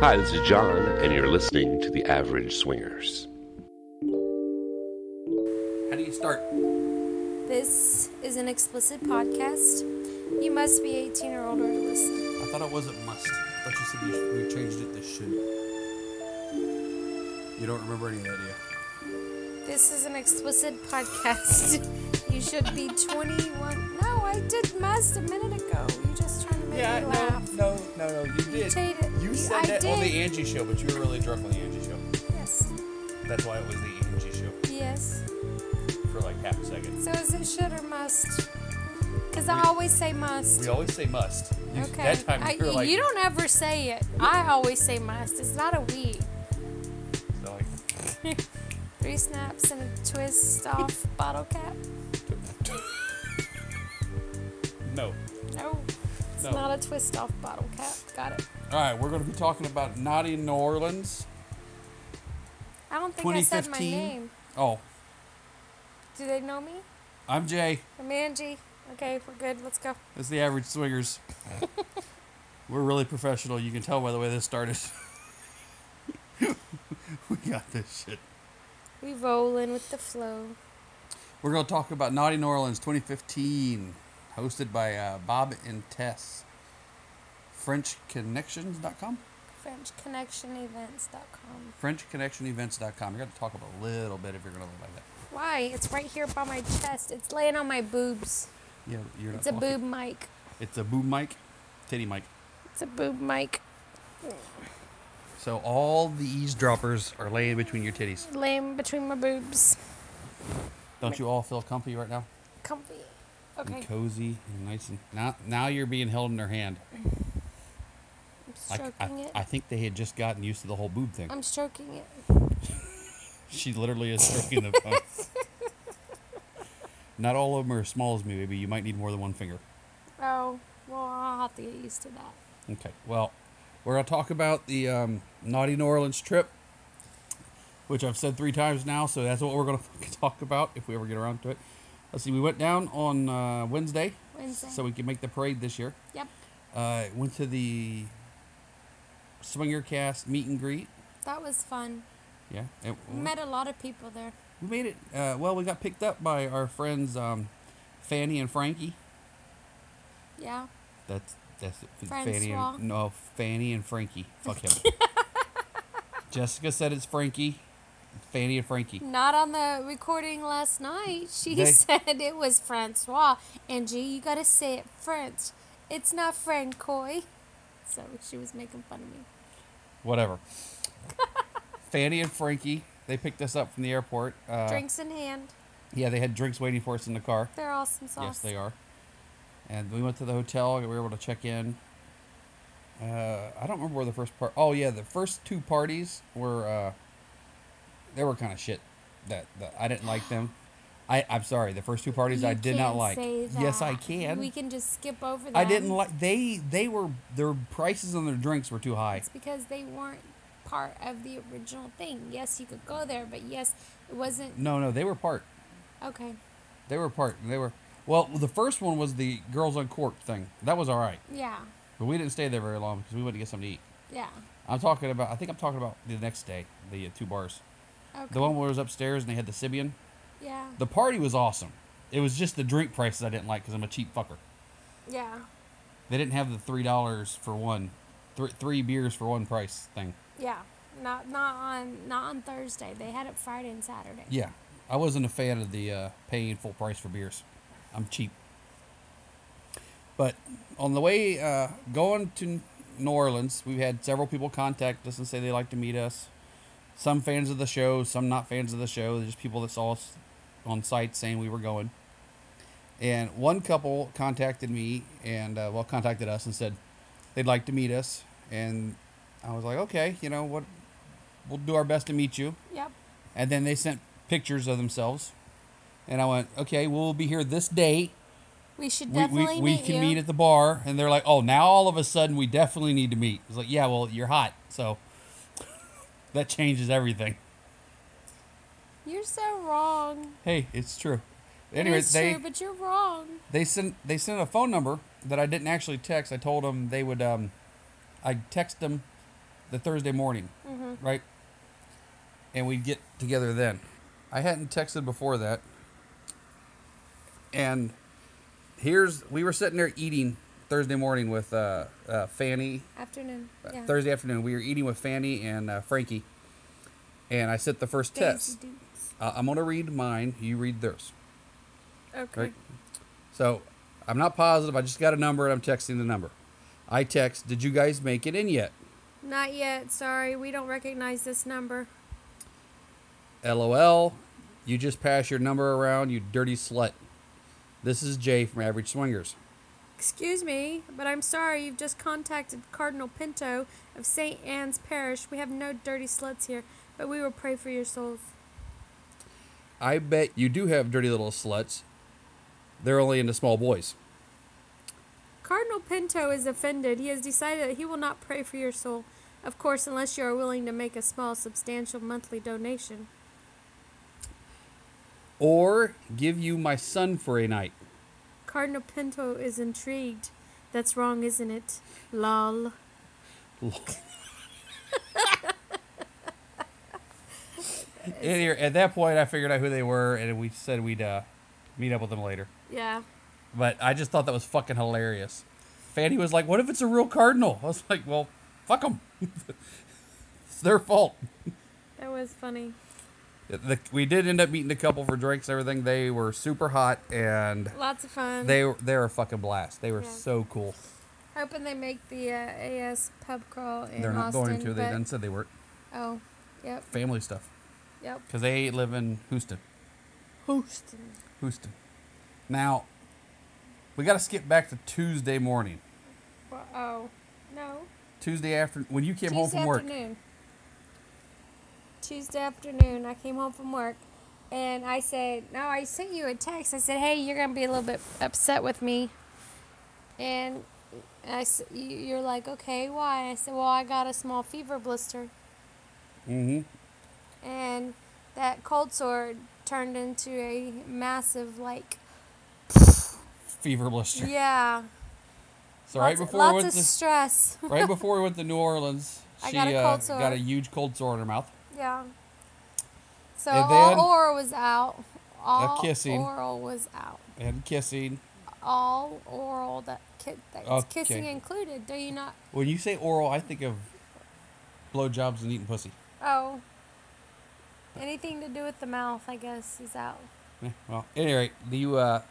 Hi, this is John, and you're listening to The Average Swingers. How do you start? This is an explicit podcast. You must be 18 or older to listen. I thought it wasn't must. I thought you said you, sh- we changed it to should. You don't remember any of that, do you? This is an explicit podcast. you should be 21. No, I did must a minute ago. You just trying to make me laugh. no, no, no, you did. did it. You You- said I that on the did. Angie show, but you were really drunk on the Angie show. Yes. That's why it was the Angie show Yes. for like half a second. So is it should or must? Because I always say must. We always say must. You, Okay. That time I- you were like, you don't ever say it. I always say must. It's not a we. so, like, Three snaps and a twist off bottle cap. no. No. It's No. not a twist off bottle cap. Got it. All right, we're going to be talking about naughty New Orleans. I don't think I said my 2015? name. Oh, Do they know me? I'm Jay. I'm Angie. Okay, we're good. Let's go. That's the average swingers. We're really professional. You can tell by the way this started. we got this shit. We rolling with the flow. We're going to talk about Naughty New Orleans 2015, hosted by uh, Bob and Tess. FrenchConnections.com? FrenchConnectionEvents.com. FrenchConnectionEvents.com. You're going to talk about a little bit if you're going to look like that. Why? It's right here by my chest. It's laying on my boobs. Yeah, you're not It's a walking- boob mic. It's a boob mic, titty mic. It's a boob mic. So all the eavesdroppers are laying between your titties. Laying between my boobs. Don't you all feel comfy right now? Comfy. Okay. and cozy and nice and now now you're being held in their hand. I'm I, stroking I, it. I think they had just gotten used to the whole boob thing. I'm stroking it. She literally is stroking the phone. Not all of them are as small as me, baby. You might need more than one finger. Oh, well, I'll have to get used to that. Okay. Well, we're gonna talk about the um, naughty New Orleans trip, which I've said three times now. So that's what we're gonna fucking talk about if we ever get around to it. Let's see. We went down on uh, Wednesday, Wednesday. so we can make the parade this year. Yep. Uh, went to the Swinger Cast meet and greet. That was fun. Yeah, it, Met a lot of people there. we made it. Uh, well, we got picked up by our friends um, Fanny and Frankie. Yeah. That's that's Fanny Francois. and no Fanny and Frankie. Fuck him. Jessica said it's Frankie, Fanny and Frankie. Not on the recording last night. She They- said it was Francois. And gee, you gotta say it French. It's not Francois. So she was making fun of me. Whatever. Fanny and Frankie. They picked us up from the airport. Uh, Drinks in hand. Yeah, they had drinks waiting for us in the car. They're awesome sauce. Yes, they are. And we went to the hotel. and We were able to check in. Uh, I don't remember where the first part. Oh yeah, the first two parties were. Uh, they were kind of shit. That, that I didn't like them. I I'm sorry. The first two parties You I did not can't like. say Yes, I that. can. We can just skip over that. I didn't like they they were their prices on their drinks were too high. It's because they weren't part of the original thing. Yes, you could go there, but yes, it wasn't. No, no, they were part. Okay. They were part. They were well. The first one was the girls on court thing. That was all right, Yeah. but we didn't stay there very long because we went to get something to eat. Yeah. I'm talking about. I think I'm talking about the next day. The uh, two bars. Okay. The one where it was upstairs and they had the Sibian. yeah. The party was awesome. It was just the drink prices I didn't like because I'm a cheap fucker. yeah. They didn't have the three dollars for one, three three beers for one price thing. Yeah. Not not on not on Thursday. They had it Friday and Saturday. Yeah, I wasn't a fan of the uh, paying full price for beers. I'm cheap. But on the way uh, going to New Orleans, we've had several people contact us and say they like to meet us. Some fans of the show, some not fans of the show. There's just people that saw us on site saying we were going. And one couple contacted me and uh, well contacted us and said they'd like to meet us. And I was like, okay, you know what? We'll do our best to meet you. Yep. And then they sent pictures of themselves. And I went, okay, we'll be here this date. We should We, definitely we, we meet can you. meet at the bar. And they're like, oh, now all of a sudden we definitely need to meet. It's like, yeah, well, you're hot. So that changes everything. You're so wrong. Hey, it's true. It Anyway, is they, true, but you're wrong. they sent they sent a phone number that I didn't actually text. I told them they would um, I text them the Thursday morning, right? And we'd get together then. I hadn't texted before that. And here's we were sitting there eating Thursday morning with uh, uh, Fanny Afternoon. uh, Yeah. Thursday afternoon. We were eating with Fanny and uh, Frankie, and I sent the first Daisy test. Dukes. Uh, I'm gonna read mine. You read theirs. Okay. Right. So I'm not positive. I just got a number and I'm texting the number. I text, "Did you guys make it in yet?" Not yet. Sorry, we don't recognize this number. LOL. You just passed your number around, you dirty slut. This is Jay from Average Swingers. Excuse me, but I'm sorry you've just contacted Cardinal Pinto of St. Anne's Parish. We have no dirty sluts here, but we will pray for your souls. I bet you do have dirty little sluts. They're only into small boys. Cardinal Pinto is offended. He has decided that he will not pray for your soul. Of course, unless you are willing to make a small, substantial monthly donation. Or give you my son for a night. Cardinal Pinto is intrigued. That's wrong, isn't it? Lol. Anyway, at that point, I figured out who they were, and we said we'd uh, meet up with them later. Yeah. But I just thought that was fucking hilarious. Fanny was like, "What if it's a real cardinal?" I was like, "Well, fuck them. it's their fault." That was funny. The, we did end up meeting a couple for drinks and everything. They were super hot, and Lots of fun. they were- they were a fucking blast. They were Yeah. so cool. Hoping they make the uh, AS pub crawl in They're not Austin. going to. They but- done said they were Oh, yep, family stuff yep. because they live in Houston. Houston. Houston. Now, we got to skip back to Tuesday morning. Well, oh, no. Tuesday after when you came Tuesday home from work. afternoon. Tuesday afternoon, I came home from work, and I said, "No, I sent you a text. I said, hey, you're gonna be a little bit upset with me." And I, s- you- you're like, "Okay, why?" I said, "Well, I got a small fever blister, Mm-hmm. and that cold sore turned into a massive like, Fever blister. yeah." So right lots, of- before we lots went of to, stress. right before we went to New Orleans, I she got a uh, cold sore. got a huge cold sore in her mouth. Yeah. So And then- all oral was out. All kissing. oral was out. And kissing. All oral that ki- that's Okay. kissing included. Do you not? When you say oral, I think of blowjobs and eating pussy. Oh. Anything to do with the mouth, I guess, is out. Eh, Well, at any rate, you uh,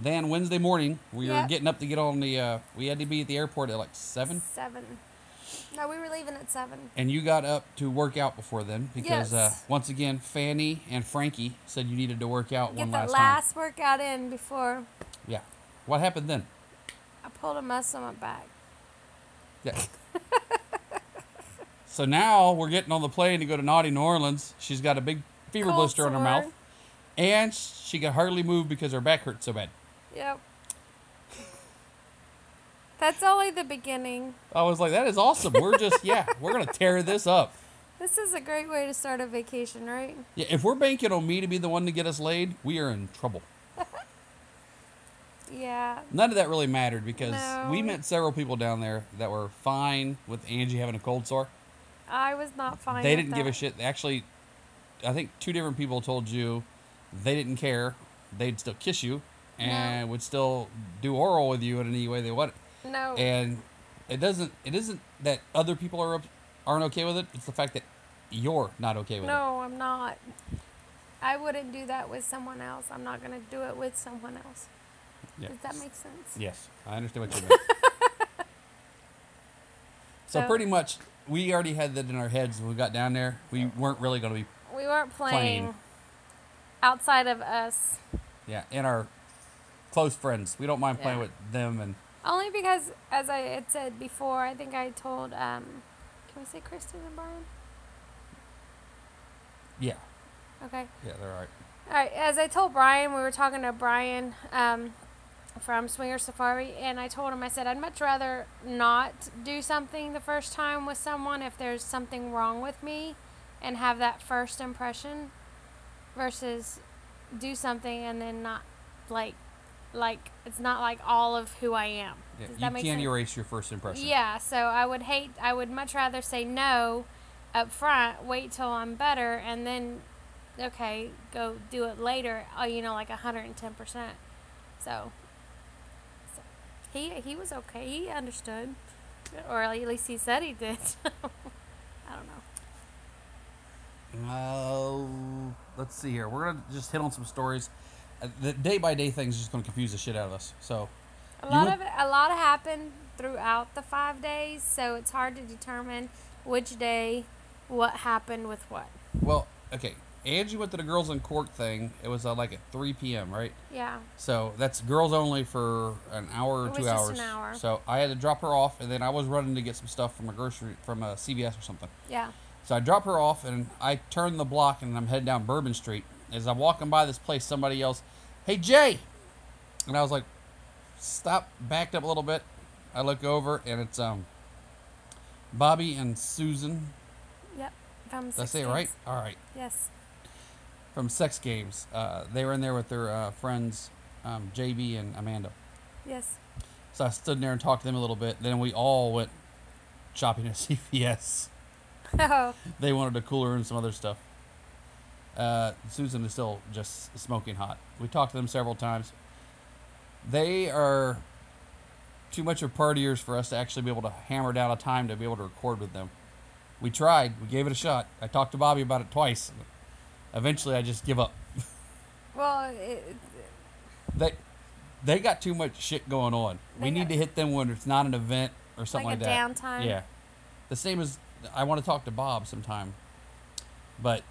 then Wednesday morning we were Yeah. getting up to get on the. Uh, we had to be at the airport at like seven, Seven. No, we were leaving at seven. and you got up to work out before then because uh, Yes. once again Fanny and Frankie said you needed to work out Get one that last, last workout in before time. Yeah. What happened then? I pulled a muscle on my back. Yeah. so now we're getting on the plane to go to naughty New Orleans. She's got a big fever Cold blister on her sore. mouth, and she can hardly move because her back hurts so bad. Yep. That's only the beginning. I was like, "That is awesome. We're just yeah, we're gonna tear this up." This is a great way to start a vacation, right? Yeah, if we're banking on me to be the one to get us laid, we are in trouble. Yeah. None of that really mattered because we No. met several people down there that were fine with Angie having a cold sore. I was not fine. they with didn't give a that. shit. Actually, I think two different people told you they didn't care. They'd still kiss you and would still do oral with you in any way they want. No. And it doesn't. It isn't that other people are up- aren't okay with it. It's the fact that you're not okay with no, I'm not. I wouldn't do that with someone else. I'm not gonna do it with someone else. it. Yeah. Does that make sense? Yes, I understand what you mean. so, So- pretty much, we already had that in our heads when we got down there. We weren't really going to be, We weren't playing Playing. outside of us. yeah, in our close friends. We don't mind playing Yeah. with them, and Only because, as I had said before, I think I told. Um, can we say Kristen and Brian? yeah, Okay. yeah, they're all right. All right, as I told Brian, we were talking to Brian um, from Swinger Safari, and I told him, I said, I'd much rather not do something the first time with someone if there's something wrong with me and have that first impression versus do something and then not like like it's not like all of who I am. Yeah, Does you that can't make sense? erase your first impression. Yeah, so I would hate. I would much rather say no up front. Wait till I'm better, and then okay, go do it later. Oh, you know, like hundred and ten percent. So, so he he was okay. He understood, or at least he said he did. I don't know. Uh, let's see here. We're gonna just hit on some stories. Uh, The day by day things just gonna confuse the shit out of us. So A You lot would- of it, a lot happened throughout the five days, so it's hard to determine which day what happened with what. Well, okay. Angie went to the girls in court thing. It was uh, like at 3 p.m., right? Yeah. So that's girls only for an hour or It was two just hours. an hour. So I had to drop her off, and then I was running to get some stuff from a grocery from a CVS or something. Yeah. So I drop her off, and I turn the block, and I'm heading down Bourbon Street. As I'm walking by this place, somebody yells, "Hey Jay!" And I was like, "Stop!" Backed up a little bit. I look over, and it's um Bobby and Susan. Yep. From Did I Six say it right? Days. All right. Yes. from Sex Games. Uh, they were in there with their uh, friends, um, JB and Amanda. Yes. So I stood in there and talked to them a little bit. Then we all went shopping at CVS. Oh, They wanted a cooler and some other stuff. Uh, Susan is still just smoking hot. We talked to them several times. They are too much of partiers for us to actually be able to hammer down a time to be able to record with them. We tried. We gave it a shot. I talked to Bobby about it twice. Eventually, I just give up. well, it, they they got too much shit going on. we They need got- to hit them when it's not an event or something Like like, a that. downtime? Yeah. The same as I want to talk to Bob sometime, but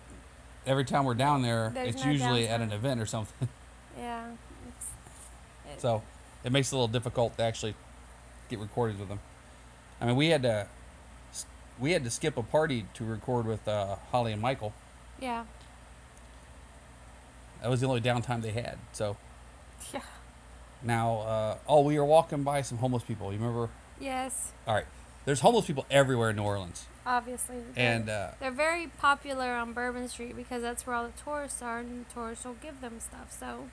every time we're down there, There's it's no usually at an downtime. event or something. yeah. It's, it, so it makes it a little difficult to actually get recorded with them. I mean, we had to we had to skip a party to record with uh, Holly and Michael. yeah. That was the only downtime they had. So Yeah. now, uh, oh, we were walking by some homeless people. You remember Yes. All right. There's homeless people everywhere in New Orleans. Obviously. They're- And uh, they're very popular on Bourbon Street because that's where all the tourists are, and the tourists will give them stuff. So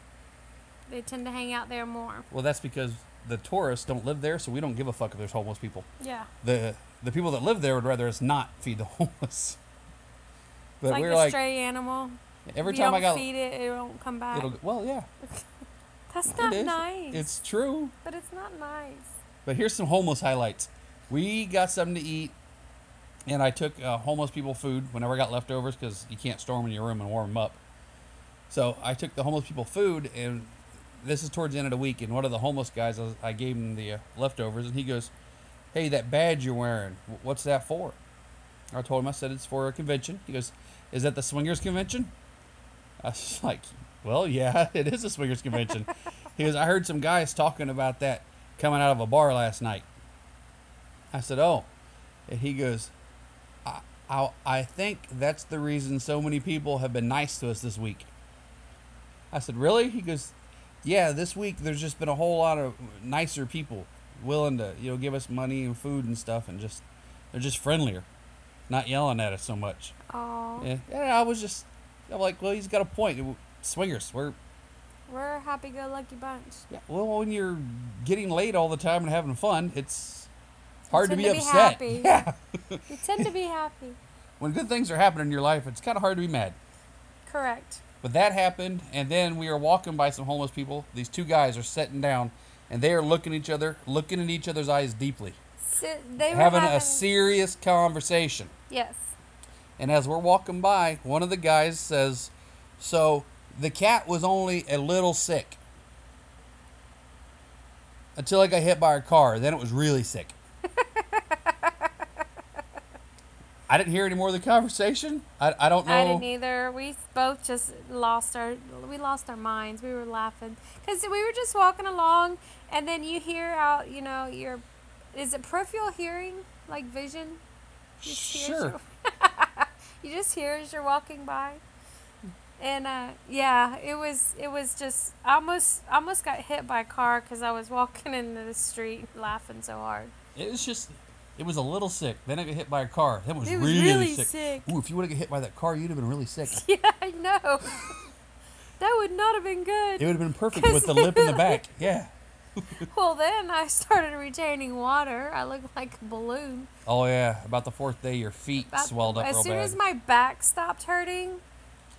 they tend to hang out there more. well, that's because the tourists don't live there, so we don't give a fuck if there's homeless people. Yeah. The the people that live there would rather us not feed the homeless. But like we're the like stray animal. every if time I you don't got feed it, it won't come back. it'll well yeah That's it not is nice. it's true. but it's not nice. But here's some homeless highlights. We got something to eat, and I took uh, homeless people food whenever I got leftovers because you can't store them in your room and warm them up. So I took the homeless people food, and this is towards the end of the week. And one of the homeless guys, I was- I gave him the uh, leftovers, and he goes, "Hey, that badge you're wearing, wh- what's that for?" I told him, I said it's for a convention. He goes, "Is that the swingers convention?" I was like, well, yeah, it is a swingers convention. he goes, I heard some guys talking about that coming out of a bar last night. I said, oh. And he goes, I, I, I think that's the reason so many people have been nice to us this week. I said, really? He goes, yeah, this week there's just been a whole lot of nicer people willing to, you know, give us money and food and stuff and just, they're just friendlier, not yelling at us so much. Oh, Yeah, yeah, I was just, I'm like, well, he's got a point. Swingers, we're, we're a happy-go-lucky bunch. yeah, well, when you're getting laid all the time and having fun, it's You hard to tend be, to be upset. happy. Yeah. You tend to be happy. when good things are happening in your life, it's kind of hard to be mad. Correct. But that happened, and then we are walking by some homeless people. These two guys are sitting down, and they are looking at each other, looking in each other's eyes deeply, Si- they having, were having a serious conversation. Yes. And as we're walking by, one of the guys says, So the cat was only a little sick until I got hit by a car. Then it was really sick. I didn't hear any more of the conversation. I, I don't know. I didn't either. We both just lost our we lost our minds. We were laughing because we were just walking along, and then you hear out. You know, your is it peripheral hearing like vision? You just hear as Sure. you're- you just hear as you're walking by, and uh, yeah, it was it was just I almost I almost got hit by a car because I was walking into the street laughing so hard. It was just, it was a little sick. Then I got hit by a car. That was, It was really sick. Ooh, if you would have got hit by that car, you'd have been really sick. Yeah, I know. That would not have been good. It would have been perfect with the lip in the back. Yeah. Well, then I started retaining water. I looked like a balloon. Oh yeah. About the fourth day, your feet About- swelled up as real soon bad. as my back stopped hurting,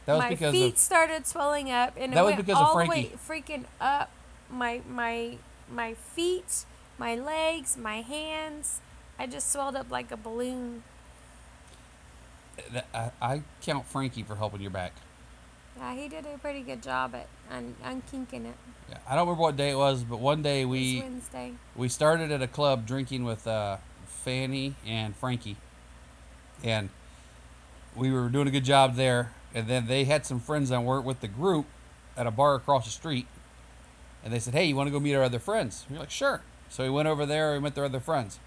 that was my because feet of started swelling up, and That it was went because of all Frankie. the way freaking up my my my feet, my legs, my hands. I just swelled up like a balloon. th- I, I count Frankie for helping your back. Yeah, he did a pretty good job at un- unkinking it. Yeah. I don't remember what day it was, but one day It's we Wednesday. we started at a club drinking with uh, Fanny and Frankie, and we were doing a good job there. And then they had some friends that weren't with the group at a bar across the street, and they said, "Hey, you want to go meet our other friends?" We we're like, "Sure." So we went over there and met their other friends.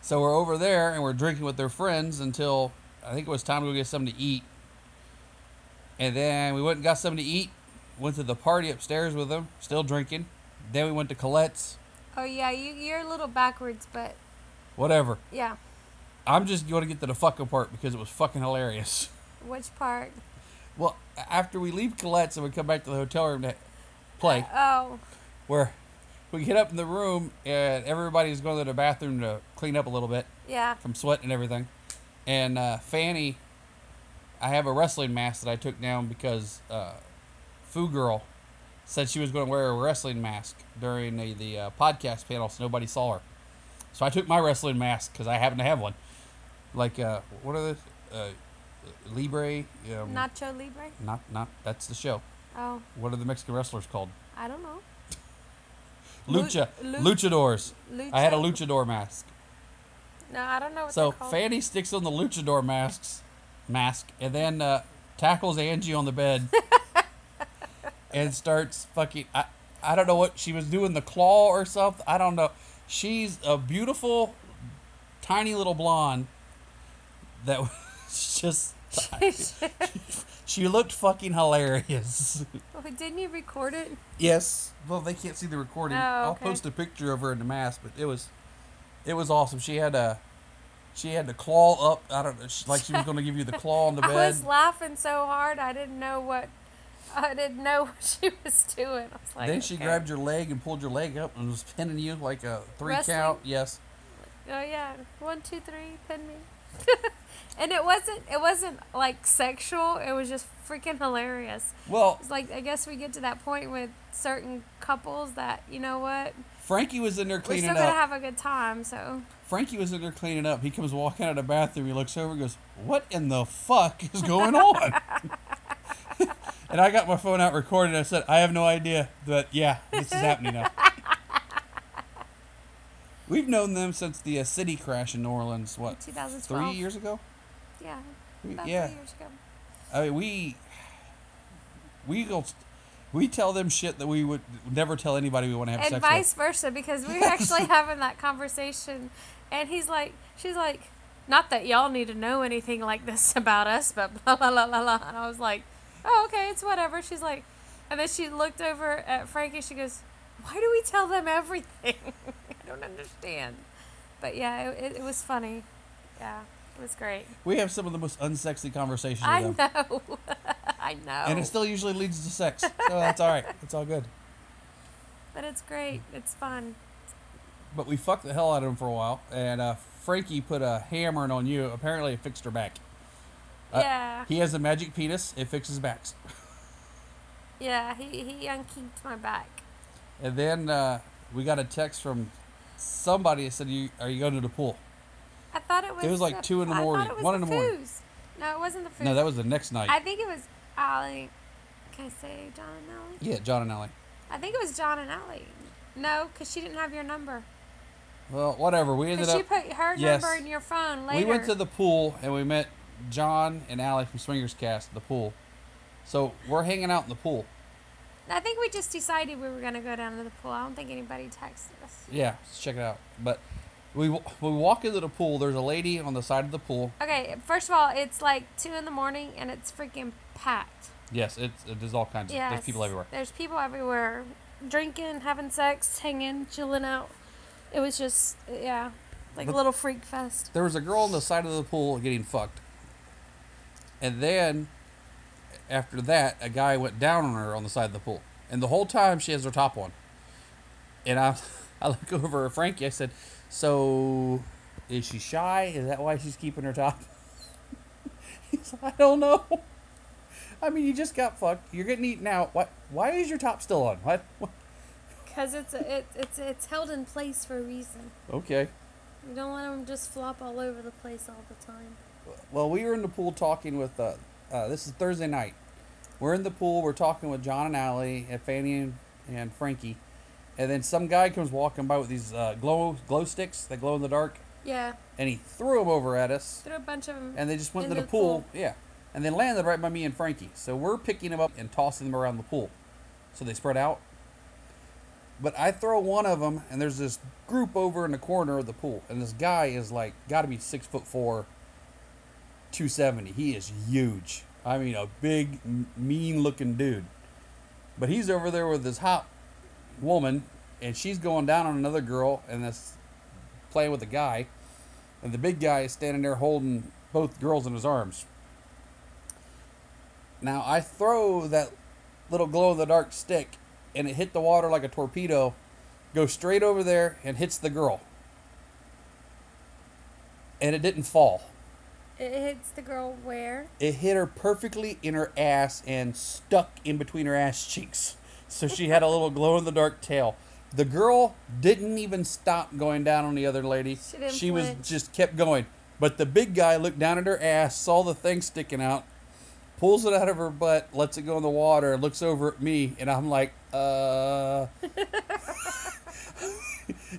So we're over there and we're drinking with their friends until I think it was time to go get something to eat. And then we went and got something to eat. Went to the party upstairs with them, still drinking. Then we went to Colette's. Oh yeah, you you're a little backwards, but Whatever. yeah. I'm just going to get to the fucking part because it was fucking hilarious. Which part? Well, a- after we leave Colette's and we come back to the hotel room to play, Oh, where we get up in the room and everybody's going to the bathroom to clean up a little bit yeah. from sweat and everything. And uh, Fanny, I have a wrestling mask that I took down because uh, Foo Girl said she was going to wear a wrestling mask during the, the uh, podcast panel so nobody saw her. So I took my wrestling mask because I happen to have one. Like, uh, what are the Uh, Libre? Um, Nacho Libre. not, not, that's the show. Oh, What are the Mexican wrestlers called? I don't know. Lu- Lucha. lu- luchadors. Lucha. I had a luchador mask. No, I don't know what So they're called. Fanny sticks on the luchador masks, mask, and then uh, tackles Angie on the bed, and starts fucking. I, I don't know what she was doing, the claw or something. I don't know. She's a beautiful, tiny little blonde that was just. She looked fucking hilarious. Oh, didn't you record it? Yes. Well, they can't see the recording. Oh, I'll okay. post a picture of her in the mask, but it was, it was awesome. She had a, she had the claw up. I don't know, she, like she was going to give you the claw on the I bed. was laughing so hard I didn't know what I didn't know what she was doing. I was like, then she okay. grabbed your leg and pulled your leg up and was pinning you like a three Wrestling? count. Yes. Oh yeah, one, two, three, pin me. and it wasn't it wasn't like sexual. It was just freaking hilarious. Well, It's like I guess we get to that point with certain couples that you know what Frankie was in there we're cleaning still up. gonna have a good time. So Frankie was in there cleaning up. He comes walking out of the bathroom. He looks over and goes, What in the fuck is going on? and I got my phone out recording. I said, I have no idea, but yeah, this is happening now. We've known them since the uh, city crash in New Orleans, what, three 2012. years ago? yeah, We- about yeah. three years ago. I mean, we, we go, we tell them shit that we would never tell anybody we want to have and sex vice versa because we were actually having that conversation and he's like she's like not that y'all need to know anything like this about us but blah blah blah blah blah and i was like oh okay it's whatever she's like and then she looked over at frankie she goes why do we tell them everything i don't understand but yeah it, it, it was funny yeah it was great with. We have some of the most unsexy conversations i with them. know i know And it still usually leads to sex. So that's all right. It's all good. but it's great it's fun But we fucked the hell out of him for a while, and uh, Frankie put a hammer in on you. Apparently, it fixed her back. Uh, yeah He has a magic penis; it fixes backs. yeah he, he unkinked my back And then uh, we got a text from somebody that said, "You are you going to the pool?" I thought it was. was like 2 in the I thought morning, it was 1 in the morning. Foos. No, it wasn't the food. No, that was the next night. I think it was Allie. Can I say John and Allie? yeah, John and Ellie. I think it was John and Allie. No, because she didn't have your number. Well, whatever. We ended Because she up. put her Yes. number in your phone later. We went to the pool and we met John and Allie from Swingers Cast at the pool. So we're hanging out in the pool. I think we just decided we were gonna go down to the pool. I don't think anybody texted us. Yeah, let's check it out. But we w- we walk into the pool. There's a lady on the side of the pool. Okay, first of all, it's like two in the morning and it's freaking packed. Yes, it's it, there's all kinds. Yeah. of There's people everywhere. There's people everywhere, drinking, having sex, hanging, chilling out. It was just yeah, like But- a little freak fest. There was a girl on the side of the pool getting fucked, and then after that, a guy went down on her on the side of the pool, and the whole time she has her top on. And I, I look over at Frankie. I said, "So, is she shy? Is that why she's keeping her top?" He's like, "I don't know. I mean, you just got fucked. You're getting eaten out. What? Why is your top still on? What? what? Because it's, a- it, it's, it's held in place for a reason. Okay." You don't want them just flop all over the place all the time. Well, we were in the pool talking with. Uh, uh, this is Thursday night. We're in the pool. We're talking with John and Allie and Fanny and, and Frankie, and then some guy comes walking by with these uh, glow glow sticks that glow in the dark, Yeah, and he threw them over at us, threw a bunch of them. and they just went In into the, the pool. pool. Yeah, and they landed right by me and Frankie. So we're picking them up and tossing them around the pool, so they spread out. But I throw one of them, and there's this group over in the corner of the pool, and this guy is like got to be six foot four, 270. He is huge. I mean, a big, mean looking dude. But he's over there with this hot woman, and she's going down on another girl and this playing with a guy. And the big guy is standing there holding both girls in his arms. Now, I throw that little glow in the dark stick, and it hit the water like a torpedo, goes straight over there, and hits the girl. And it didn't fall. It hits the girl where? It hit her perfectly in her ass and stuck in between her ass cheeks. So she had a little glow in the dark tail. The girl didn't even stop going down on the other lady. She didn't was flinch. just kept going. But the big guy looked down at her ass, saw the thing sticking out, pulls it out of her butt, lets it go in the water, looks over at me, and I'm like, uh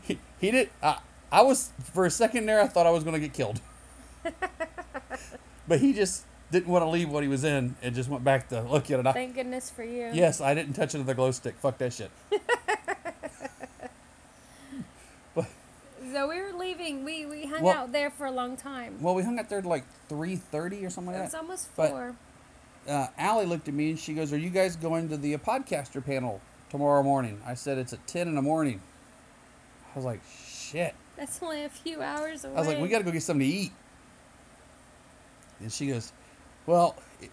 he, he did I, I was for a second there I thought I was gonna get killed. But he just didn't want to leave what he was in and just went back to look at it. I, Thank goodness for you. yes, I didn't touch another glow stick. Fuck that shit. but, So we were leaving. We we hung Well- out there for a long time. well, we hung out there like 3.30 or something it like was that. almost but- four. Uh, Allie looked at me and she goes, are you guys going to the uh, podcaster panel tomorrow morning? I said, it's at 10 in the morning. I was like, shit. That's only a few hours away. I was like, we got to go get something to eat. And she goes, well, it-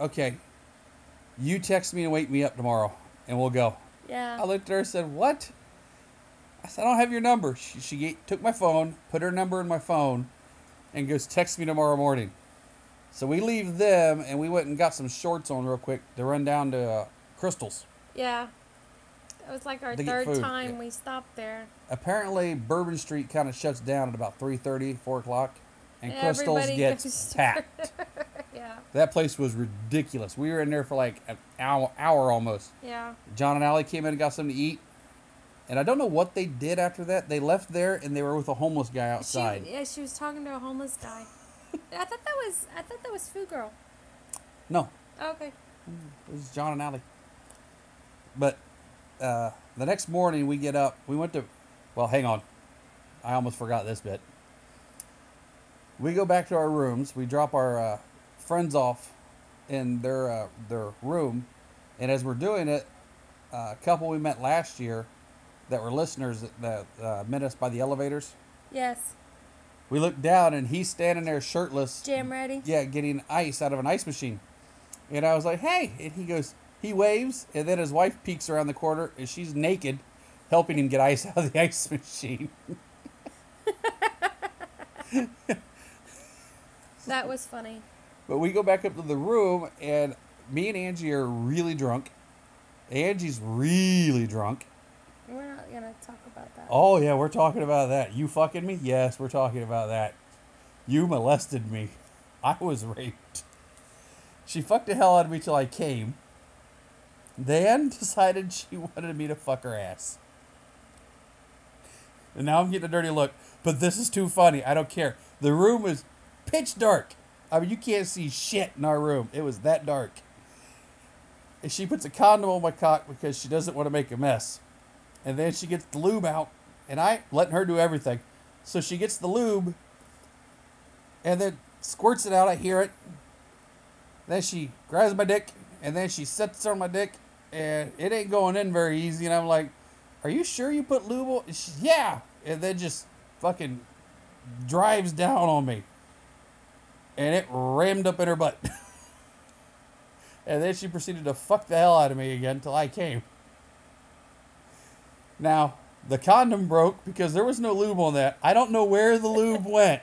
okay, you text me and wake me up tomorrow and we'll go. Yeah. I looked at her and said, what? I said, I don't have your number. She, she ga- took my phone, put her number in my phone, and goes, text me tomorrow morning. So we leave them and we went and got some shorts on real quick to run down to uh, Crystal's. yeah. That was like our To get third food, time yeah. we stopped there. apparently Bourbon Street kind of shuts down at about 3.30, 4 o'clock, and Yeah, Crystal's everybody gets goes to- packed. Yeah. that place was ridiculous. We were in there for like an hour, hour almost. Yeah. John and Allie came in and got something to eat, and I don't know what they did after that. They left there and they were with a homeless guy She, outside. yeah, she was talking to a homeless guy. I thought that was I thought that was Foo Girl. Oh, No, Okay. It was John and Allie. But uh, the next morning we get up. We went to. Well, hang on. I almost forgot this bit. We go back to our rooms. We drop our uh, friends off in their uh, their room, and as we're doing it, a couple we met last year that were listeners that, that uh, met us by the elevators. Yes. We look down and he's standing there shirtless, Jam ready. yeah, getting ice out of an ice machine. And I was like, hey. And he goes, he waves, and then his wife peeks around the corner, and she's naked, helping him get ice out of the ice machine. That was funny. But we go back up to the room, and me and Angie are really drunk. Angie's really drunk. We're not gonna talk about that. Oh, yeah, we're talking about that. You fucking me? Yes, we're talking about that. You molested me. I was raped. She fucked the hell out of me till I came. Then decided she wanted me to fuck her ass. And now I'm getting a dirty look, but this is too funny. I don't care. The room is pitch dark. I mean, you can't see shit in our room. It was that dark. And she puts a condom on my cock because she doesn't want to make a mess. And then she gets the lube out, and I letting her do everything. So she gets the lube, and then squirts it out. I hear it. Then she grabs my dick, and then she sets it on my dick, and it ain't going in very easy. And I'm like, "Are you sure you put lube?" on-" And she's, yeah, and then just fucking drives down on me, and it rammed up in her butt. And then she proceeded to fuck the hell out of me again till I came. Now, the condom broke because there was no lube on that. I don't know where the lube went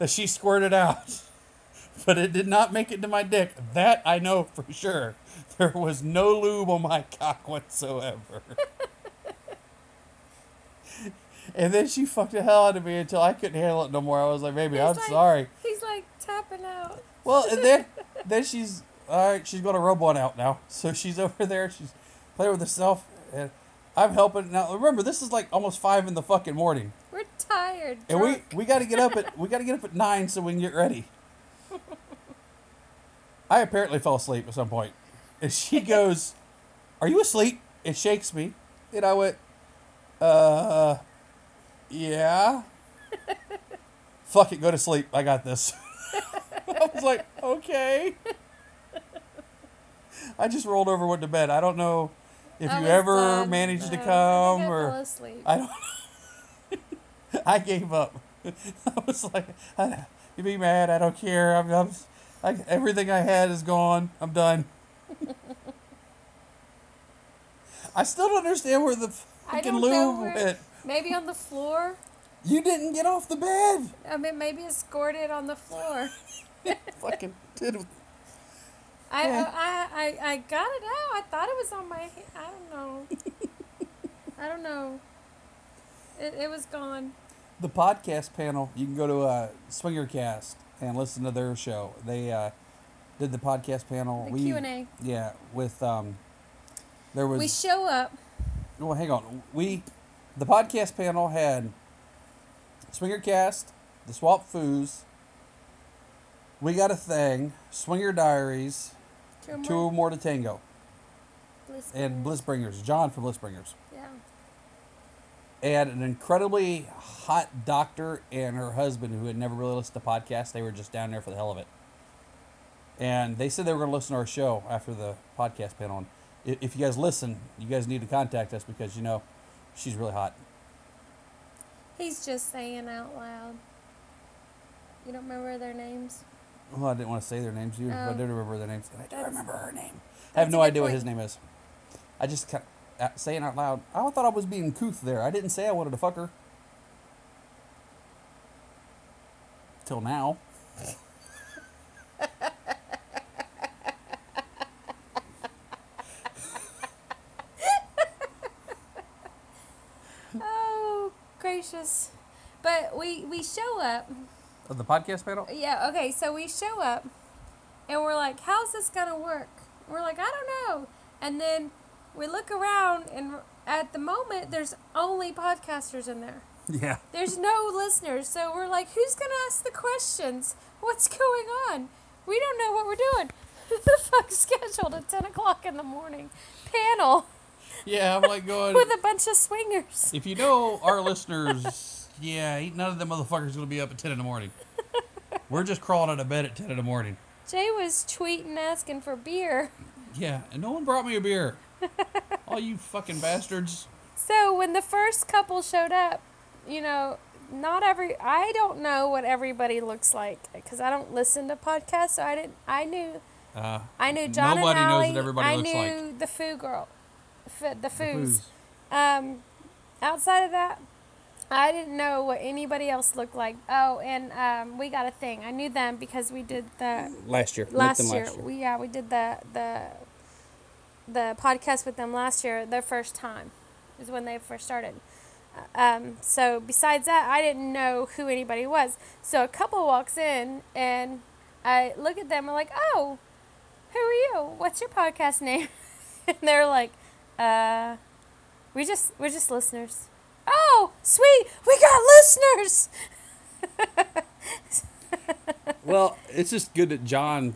that she squirted out, but it did not make it to my dick. That I know for sure. There was no lube on my cock whatsoever. and then she fucked the hell out of me until I couldn't handle it no more. I was like, baby, I'm He's like- sorry. He's like tapping out. Well, and then then she's all right. She's got a robot out now, so she's over there. She's playing with herself, and I'm helping. Now remember, this is like almost five in the fucking morning, We're tired. and we drunk. we got to get up at we got to get up at nine so we can get ready. I apparently fell asleep at some point, and she goes, "Are you asleep?" It shakes me, and I went, "Uh, yeah." Fuck it, go to sleep. I got this. I was like, okay. I just rolled over, went to bed. I don't know if I you was ever done. managed to No, I think come I or fell asleep. I don't. I gave up. I was like, I, you be mad. I don't care. I'm, I'm I, everything I had is gone. I'm done. I still don't understand where the I fucking don't know lube where- went. Maybe on the floor. You didn't get off the bed. I mean, maybe it squirted on the floor. fucking did. I, uh, Yeah. I, I, I got it out. I thought it was on my. he- I don't know. I don't know. It, it was gone. the podcast panel you can go to uh, swingercast and listen to their show they uh, did the podcast panel The we Q&A. yeah with um there was We show up. well hang on we the podcast panel had swingercast the swap foos we got a thing swinger diaries Two two more or more to tango bliss and banners. blissbringers john from blissbringers Yeah. and an incredibly hot doctor and her husband who had never really listened to podcasts. They were just down there for the hell of it. And they said they were going to listen to our show after the podcast panel. And i- if you guys listen, you guys need to contact us because, you know, she's really hot. He's just saying out loud. You don't remember their names? Well, I didn't want to say their names. You, I Oh. didn't remember their names. And I don't remember her name. I that's have a no good idea what point. his name is. I just kept uh, saying out loud, I thought I was being couth there. I didn't say I wanted to fuck her. Till now. Oh, gracious. But we, we show up. Of the podcast panel? Yeah, okay, so we show up and we're like, how's this going to work? We're like, I don't know. And then we look around, and at the moment, there's only podcasters in there. Yeah. There's no listeners, so we're like, who's gonna ask the questions? What's going on? We don't know what we're doing. Who the fuck scheduled at ten o'clock in the morning panel Yeah, I'm like going. with a bunch of swingers? if you know our listeners, yeah, ain't none of them motherfuckers gonna be up at ten in the morning. We're just crawling out of bed at ten in the morning. Jay was tweeting asking for beer. Yeah, and no one brought me a beer. All you fucking bastards. So when the first couple showed up, you know, not every I don't know what everybody looks like because I don't listen to podcasts, so I didn't. I knew Uh, I knew John Nobody and knows Allie. what everybody I looks like. knew the foo girl, F- the foos. who's- Um, outside of that, I didn't know what anybody else looked like. Oh, and um, we got a thing. I knew them because we did the last year. last year. We yeah, we did the the the podcast with them last year. Their first time is when they first started. Um, so besides that, I didn't know who anybody was. So a couple walks in and I look at them. I'm like, oh, who are you? What's your podcast name? and they're like, uh, we just we're just listeners. Oh, sweet, we got listeners. well, it's just good that John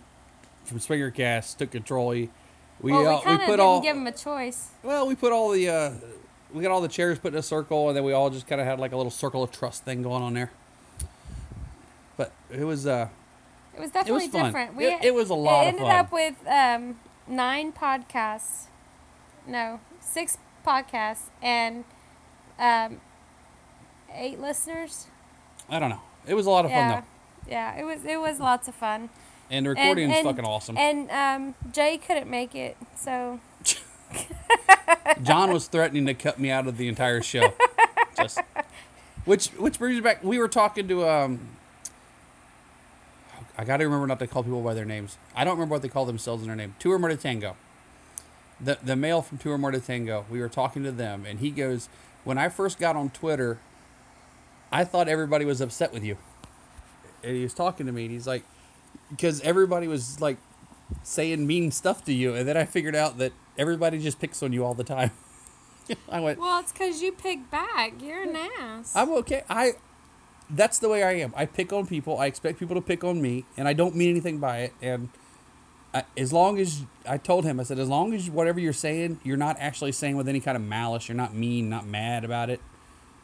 from Swingercast took control. He, we well, all, we we, kind of put didn't all give them a choice. well we put all the uh, we got all the chairs put in a circle, and then we all just kind of had like a little circle of trust thing going on there. But it was uh It was definitely fun. different. It- it was a lot of ended fun. up with um, nine podcasts, no, six podcasts and um, eight listeners. I don't know. It was a lot of yeah, fun yeah. It was it was lots of fun, And the And- recording's and- fucking awesome. And um, Jay couldn't make it, so John was threatening to cut me out of the entire show. Just, which which brings me back. We were talking to um. I gotta remember not to call people by their names. I don't remember what they call themselves in their name. Tour Murder Tango. The the male from Tour Murder Tango. We were talking to them, and he goes, "When I first got on Twitter, I thought everybody was upset with you." And he was talking to me, and he's like, "Because everybody was like saying mean stuff to you, and then I figured out that everybody just picks on you all the time. I went, well, it's because you picked back. You're an ass. I'm okay. I, that's the way I am. I pick on people. I expect people to pick on me, and I don't mean anything by it. And I, as long as I told him, I said, as long as whatever you're saying, you're not actually saying with any kind of malice. You're not mean, not mad about it.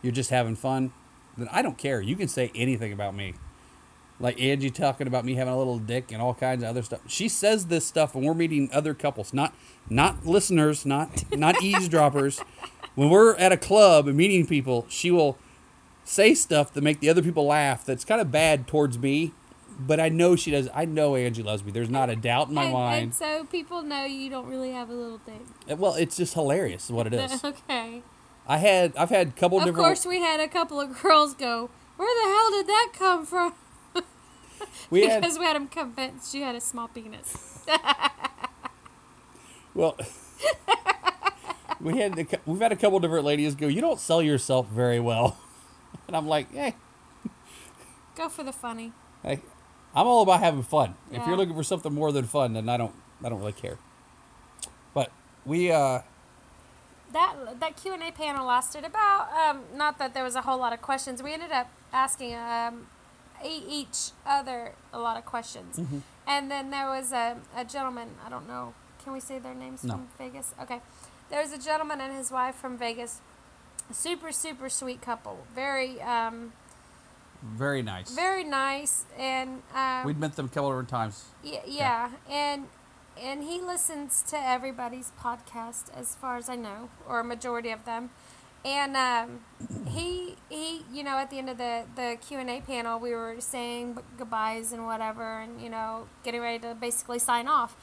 You're just having fun. Then I don't care. You can say anything about me. Like Angie talking about me having a little dick and all kinds of other stuff. She says this stuff when we're meeting other couples, not not listeners, not not eavesdroppers. When we're at a club and meeting people, she will say stuff to make the other people laugh that's kind of bad towards me but i know she does i know angie loves me there's not a doubt in my and, mind and so people know you don't really have a little thing. well it's just hilarious is what it is okay. i had i've had a couple Of different course, we had a couple of girls go, "Where the hell did that come from?" we had because we had them convinced you had a small penis. well we had a, cou- we've had a couple different ladies go you don't sell yourself very well and i'm like "Eh, hey Go for the funny. hey i'm all about having fun if Yeah. you're looking for something more than fun then i don't i don't really care but we uh that that Q and A panel lasted about um, not that there was a whole lot of questions. We ended up asking um, e- each other a lot of questions, and then there was a, a gentleman. I don't know. Can we say their names No. from Vegas? Okay, there was a gentleman and his wife from Vegas. Super super sweet couple. Very um, very nice very nice and um, we'd met them a couple different times yeah, Yeah. yeah. and and he listens to everybody's podcast as far as I know, or a majority of them. And um, he he, you know, at the end of the the Q and A panel, we were saying b- goodbyes and whatever, and you know, getting ready to basically sign off.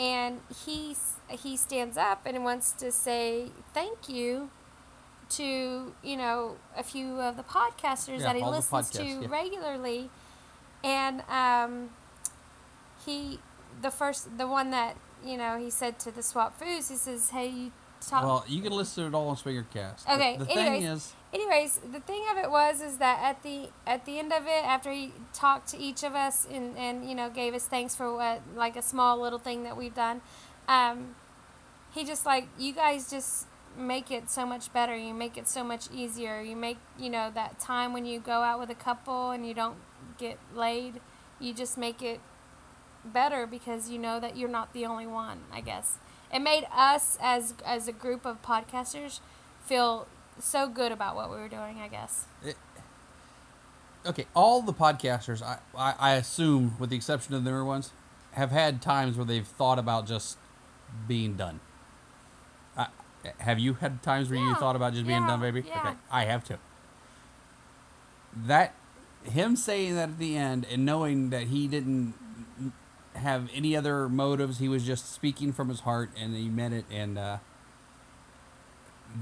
And he s- he stands up and wants to say thank you to you know a few of the podcasters Yeah, that he all the listens to podcasts, yeah. regularly, and um, he the first the one that you know he said to the swap foods he says hey you talk Well, you can listen to it all on Swingercast. The- Okay, The, thing anyways. is, anyways the thing of it was is that at the at the end of it after he talked to each of us and and you know gave us thanks for what like a small little thing that we've done um he just like you guys just make it so much better you make it so much easier you make you know that time when you go out with a couple and you don't get laid you just make it better because you know that you're not the only one i guess it made us as as a group of podcasters feel so good about what we were doing i guess okay, all the podcasters, I, I, I assume, with the exception of the newer ones, have had times where they've thought about just being done. I, have you had times where you Yeah, thought about just being yeah, done, baby? yeah. Okay, I have too. That, him saying that at the end and knowing that he didn't have any other motives, he was just speaking from his heart and he meant it, and uh,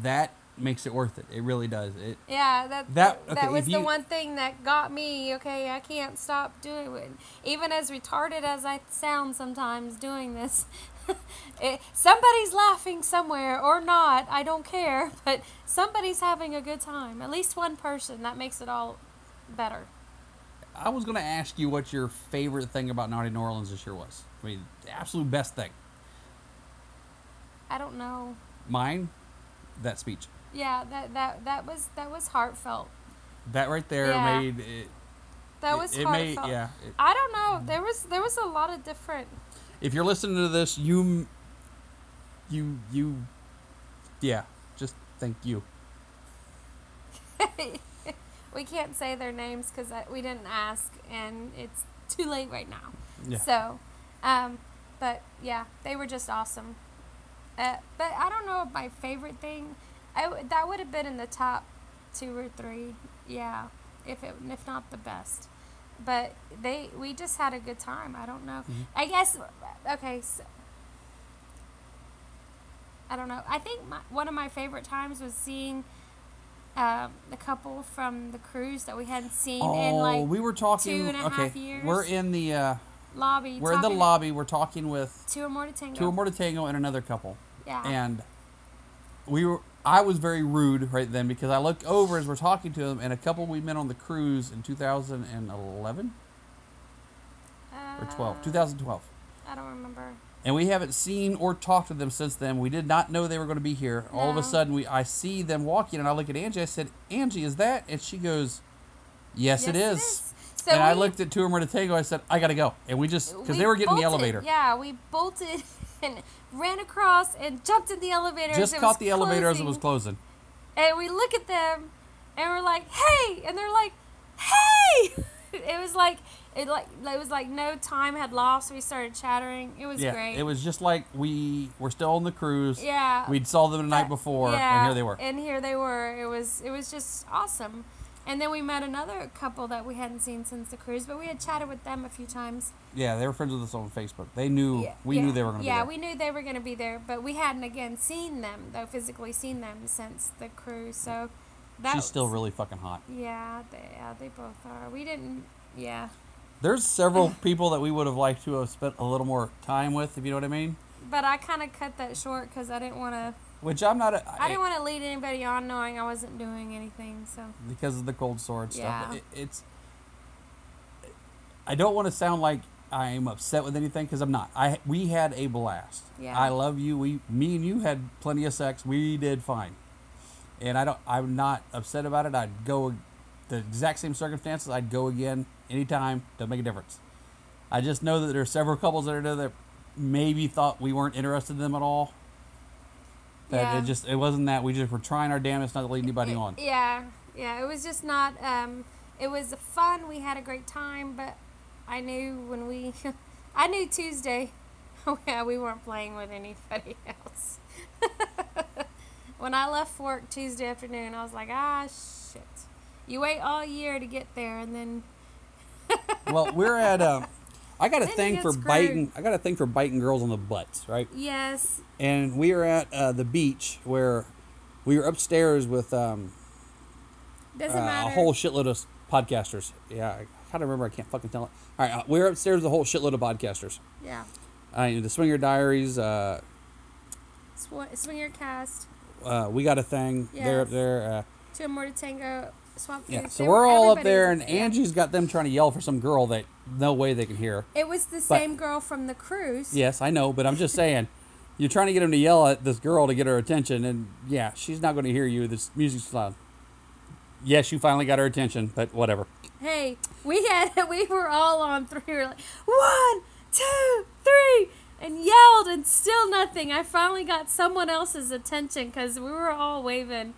that makes it worth it. It really does. It yeah that That- that, okay, if was the you- one thing that got me okay i can't stop doing it even as retarded as i sound sometimes doing this it, somebody's laughing somewhere or not i don't care but somebody's having a good time at least one person that makes it all better I was gonna ask you what your favorite thing about Naughty New Orleans this year was. I mean, the absolute best thing. i don't know Mine, that speech, Yeah, that that that was that was heartfelt. that right there Yeah. made it. That it- was it made heartfelt. yeah. it- I don't know. There was there was a lot of different. if you're listening to this, you, m- you, you, yeah. Just thank you. we can't say their names because we didn't ask, and it's too late right now. Yeah. So, um, but yeah, they were just awesome. Uh, but I don't know if my favorite thing. I w- that would have been in the top two or three. Yeah, if it if not the best. but they we just had a good time. I don't know. Mm-hmm. I guess okay. So, I don't know. I think my, one of my favorite times was seeing um, the couple from the cruise that we hadn't seen in like Oh, we were talking. two and a okay, half years. we're in the uh, lobby. we're in the talking to lobby. We're talking with Two or more to tango. two or more to tango and another couple, Yeah. and we were. I was very rude right then because I looked over as we're talking to them, and a couple we met on the cruise in 2011 or 12, Uh, 2012, I don't remember. and we haven't seen or talked to them since then. We did not know they were going to be here. All of a No. sudden, we I see them walking, and I look at Angie. I said, "Angie, is that?" And she goes, "Yes, it is." So and I we- looked at Two or More to Tango. I said, "I gotta go," and we just because we they were getting bolted. the elevator. Yeah, we bolted and ran across and jumped in the elevator. just as it caught was the elevator as it closing. was closing. And we look at them, and we're like, "Hey!" And they're like, "Hey!" It was like it like it was like no time had lost. We started chattering. It was yeah, great. it was just like we were still on the cruise. Yeah. we'd saw them the night But- before, yeah, and here they were. And here they were. It was it was just awesome. And then we met another couple that we hadn't seen since the cruise, but we had chatted with them a few times. yeah, they were friends with us on Facebook. They knew Yeah, we yeah, knew they were going to Yeah, be we knew they were going to be there, but we hadn't again seen them though physically seen them since the cruise. So there. that She's still was- really fucking hot. Yeah, they yeah, they both are. We didn't. Yeah. There's several people that we would have liked to have spent a little more time with, if you know what I mean. But I kind of cut that short because I didn't want to. Which I'm not. A, I didn't want to lead anybody on knowing I wasn't doing anything. So because of the cold sword Yeah. stuff. It, it's. I don't want to sound like I'm upset with anything because I'm not. I we had a blast. Yeah. I love you. We, me and you had plenty of sex. We did fine, and I don't. I'm not upset about it. I'd go, the exact same circumstances. I'd go again anytime. Doesn't make a difference. I just know that there are several couples that are there that maybe thought we weren't interested in them at all. That Yeah. it just it wasn't that we just were trying our damnedest not to lead anybody on. yeah, yeah, it was just not. Um, it was fun. We had a great time, but I knew when we, I knew Tuesday, oh yeah, we weren't playing with anybody else. when I left work Tuesday afternoon, I was like, ah, shit. You wait all year to get there, and then well, we're at. Um, I got a Then you thing get for screwed. biting. I got a thing for biting girls on the butts, right? yes, And we are at uh, the beach where we were upstairs with um, doesn't uh, matter. a whole shitload of podcasters. Yeah, I kind of remember. I can't fucking tell it. All right, uh, we were upstairs with a whole shitload of podcasters. yeah, Uh, the Swinger Diaries. Uh, Sw- swinger cast, uh, we got a thing. They're up Yes. there. Uh, two more to tango, swamp yeah. Things, So they we're were- all up everybody there, was- and yeah. Angie's got them trying to yell for some girl that no way they can hear. It was the same girl from the cruise. Yes, I know, but I'm just saying, you're trying to get him to yell at this girl to get her attention, and yeah, she's not going to hear you. This music's loud. Yes, you finally got her attention, but whatever. Hey, we had we were all on three. We were like one, two, three, and yelled, and still nothing. I finally got someone else's attention because we were all waving,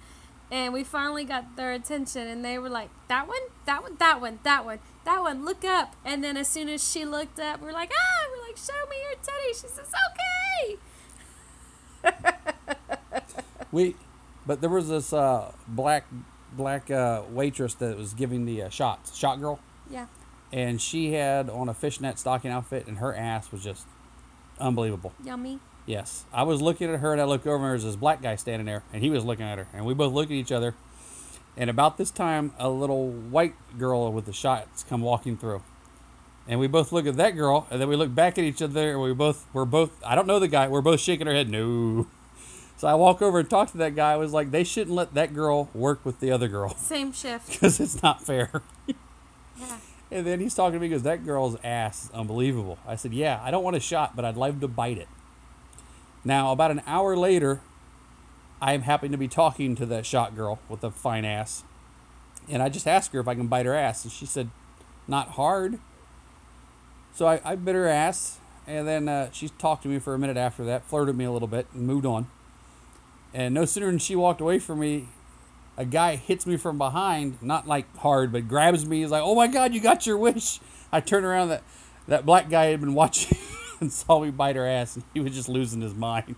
and we finally got their attention, and they were like, "That one, that one, that one, that one, that one. Look up!" And then as soon as she looked up, we are like, "Ah!" We're like, "Show me your teddy." She says, "Okay." We, but there was this uh, black black uh, waitress that was giving the uh, shots, shot girl, Yeah. and she had on a fishnet stocking outfit, and her ass was just unbelievable. Yummy. Yes, I was looking at her, and I look over, and there's this black guy standing there, and he was looking at her, and we both looked at each other. And about this time, a little white girl with the shots come walking through, and we both look at that girl, and then we look back at each other, and we both we're both I don't know the guy, we're both shaking our head no. So I walk over and talk to that guy. I was like, they shouldn't let that girl work with the other girl Same shift. because it's not fair. Yeah. And then he's talking to me because that girl's ass is unbelievable. I said, Yeah, I don't want a shot, but I'd love to bite it. Now, about an hour later, I am happening to be talking to that shot girl with the fine ass. And I just asked her if I can bite her ass. And she said, Not hard. So I, I bit her ass. And then uh, she talked to me for a minute after that, flirted me a little bit, and moved on. And no sooner than she walked away from me, a guy hits me from behind, not like hard, but grabs me. He's like, "Oh my God, you got your wish!" I turn around. That that black guy had been watching and saw me bite her ass, and he was just losing his mind.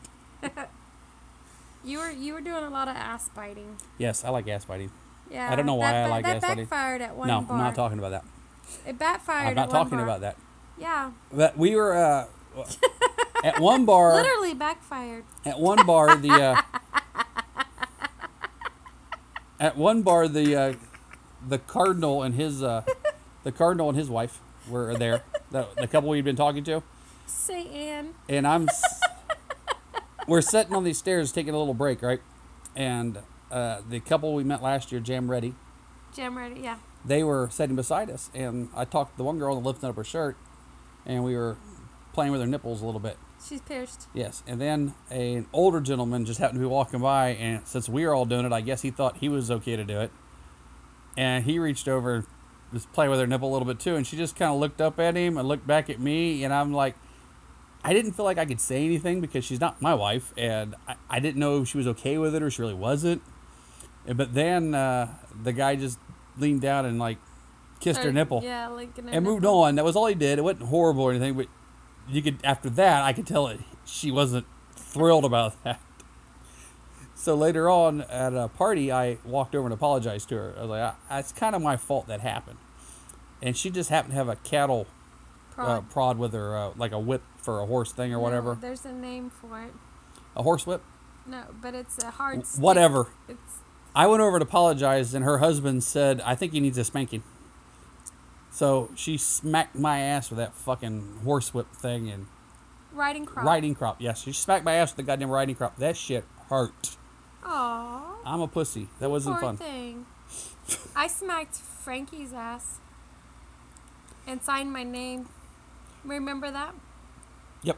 You were you were doing a lot of ass biting. Yes, I like ass biting. Yeah. don't know why that, I ba- like that ass biting. backfired at one no, bar. I'm not talking about that. It backfired. I'm not talking about that. Yeah, But we were uh, at one bar. literally backfired. At one bar, the uh, at one bar the uh, the cardinal and his uh, the cardinal and his wife were there. The, the couple we'd been talking to, Satan. and I'm s- we're sitting on these stairs taking a little break, right? And uh, the couple we met last year, Jam Ready, Jam ready. Yeah. they were sitting beside us, and I talked to the one girl and lifted up her shirt, and we were playing with her nipples a little bit. She's pierced. Yes, and then an older gentleman just happened to be walking by, and since we were all doing it, I guess he thought he was okay to do it. And he reached over, and just played with her nipple a little bit too, and she just kind of looked up at him and looked back at me, and I'm like, I didn't feel like I could say anything because she's not my wife, and I, I didn't know if she was okay with it or she really wasn't. And- But then uh, the guy just leaned down and like kissed her Or- nipple Yeah, like. in her and moved nipple. on. That was all he did. It wasn't horrible or anything, but you could after that I could tell it she wasn't thrilled about that. So later on at a party, I walked over and apologized to her. I was like, I, "It's kind of my fault that happened," and she just happened to have a cattle prod, uh, Prod. prod with her, uh, like a whip for a horse thing or No, whatever, there's a name for it. a horse whip, No, but it's a hard. Stick. whatever. It's I went over to apologize, and her husband said, "I think he needs a spanking." So she smacked my ass with that fucking horse whip thing, and riding crop. Riding crop, yes. She smacked my ass with the goddamn riding crop. That shit hurt. Aww. I'm a pussy. That wasn't Poor fun. thing. I smacked Frankie's ass. And signed my name. Remember that? Yep.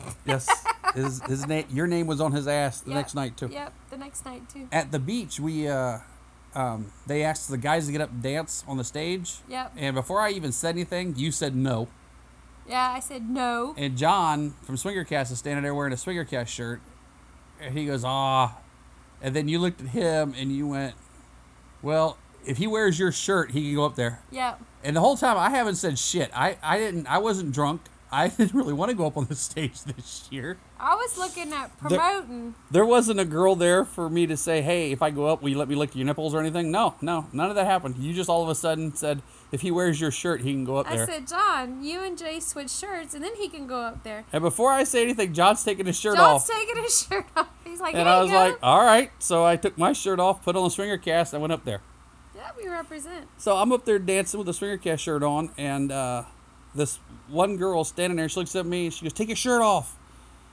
Yes. his his name your name was on his ass the Yep. next night too. Yep, the next night too. At the beach we uh um they asked the guys to get up and dance on the stage. Yep. And before I even said anything, you said no. Yeah, I said no. And John from Swingercast is standing there wearing a Swingercast shirt. And he goes, ah. And then you looked at him and you went, well, if he wears your shirt, he can go up there. Yep. And the whole time I haven't said shit. I, I didn't I wasn't drunk. I didn't really want to go up on the stage this year. I was looking at promoting. There wasn't a girl there for me to say, "Hey, if I go up, will you let me lick your nipples or anything?" No, no, none of that happened. You just all of a sudden said, "If he wears your shirt, he can go up I there." said, John, you and Jay switch shirts, and then he can go up there. and before I say anything, John's taking his shirt John's off, taking his shirt off. He's like, and "Hey, I was go." like, "All right." So I took my shirt off, put on a swinger cast, and went up there. yeah, we represent. So I'm up there dancing with a swinger cast shirt on, and uh, this one girl standing there. She looks at me and she goes, "Take your shirt off."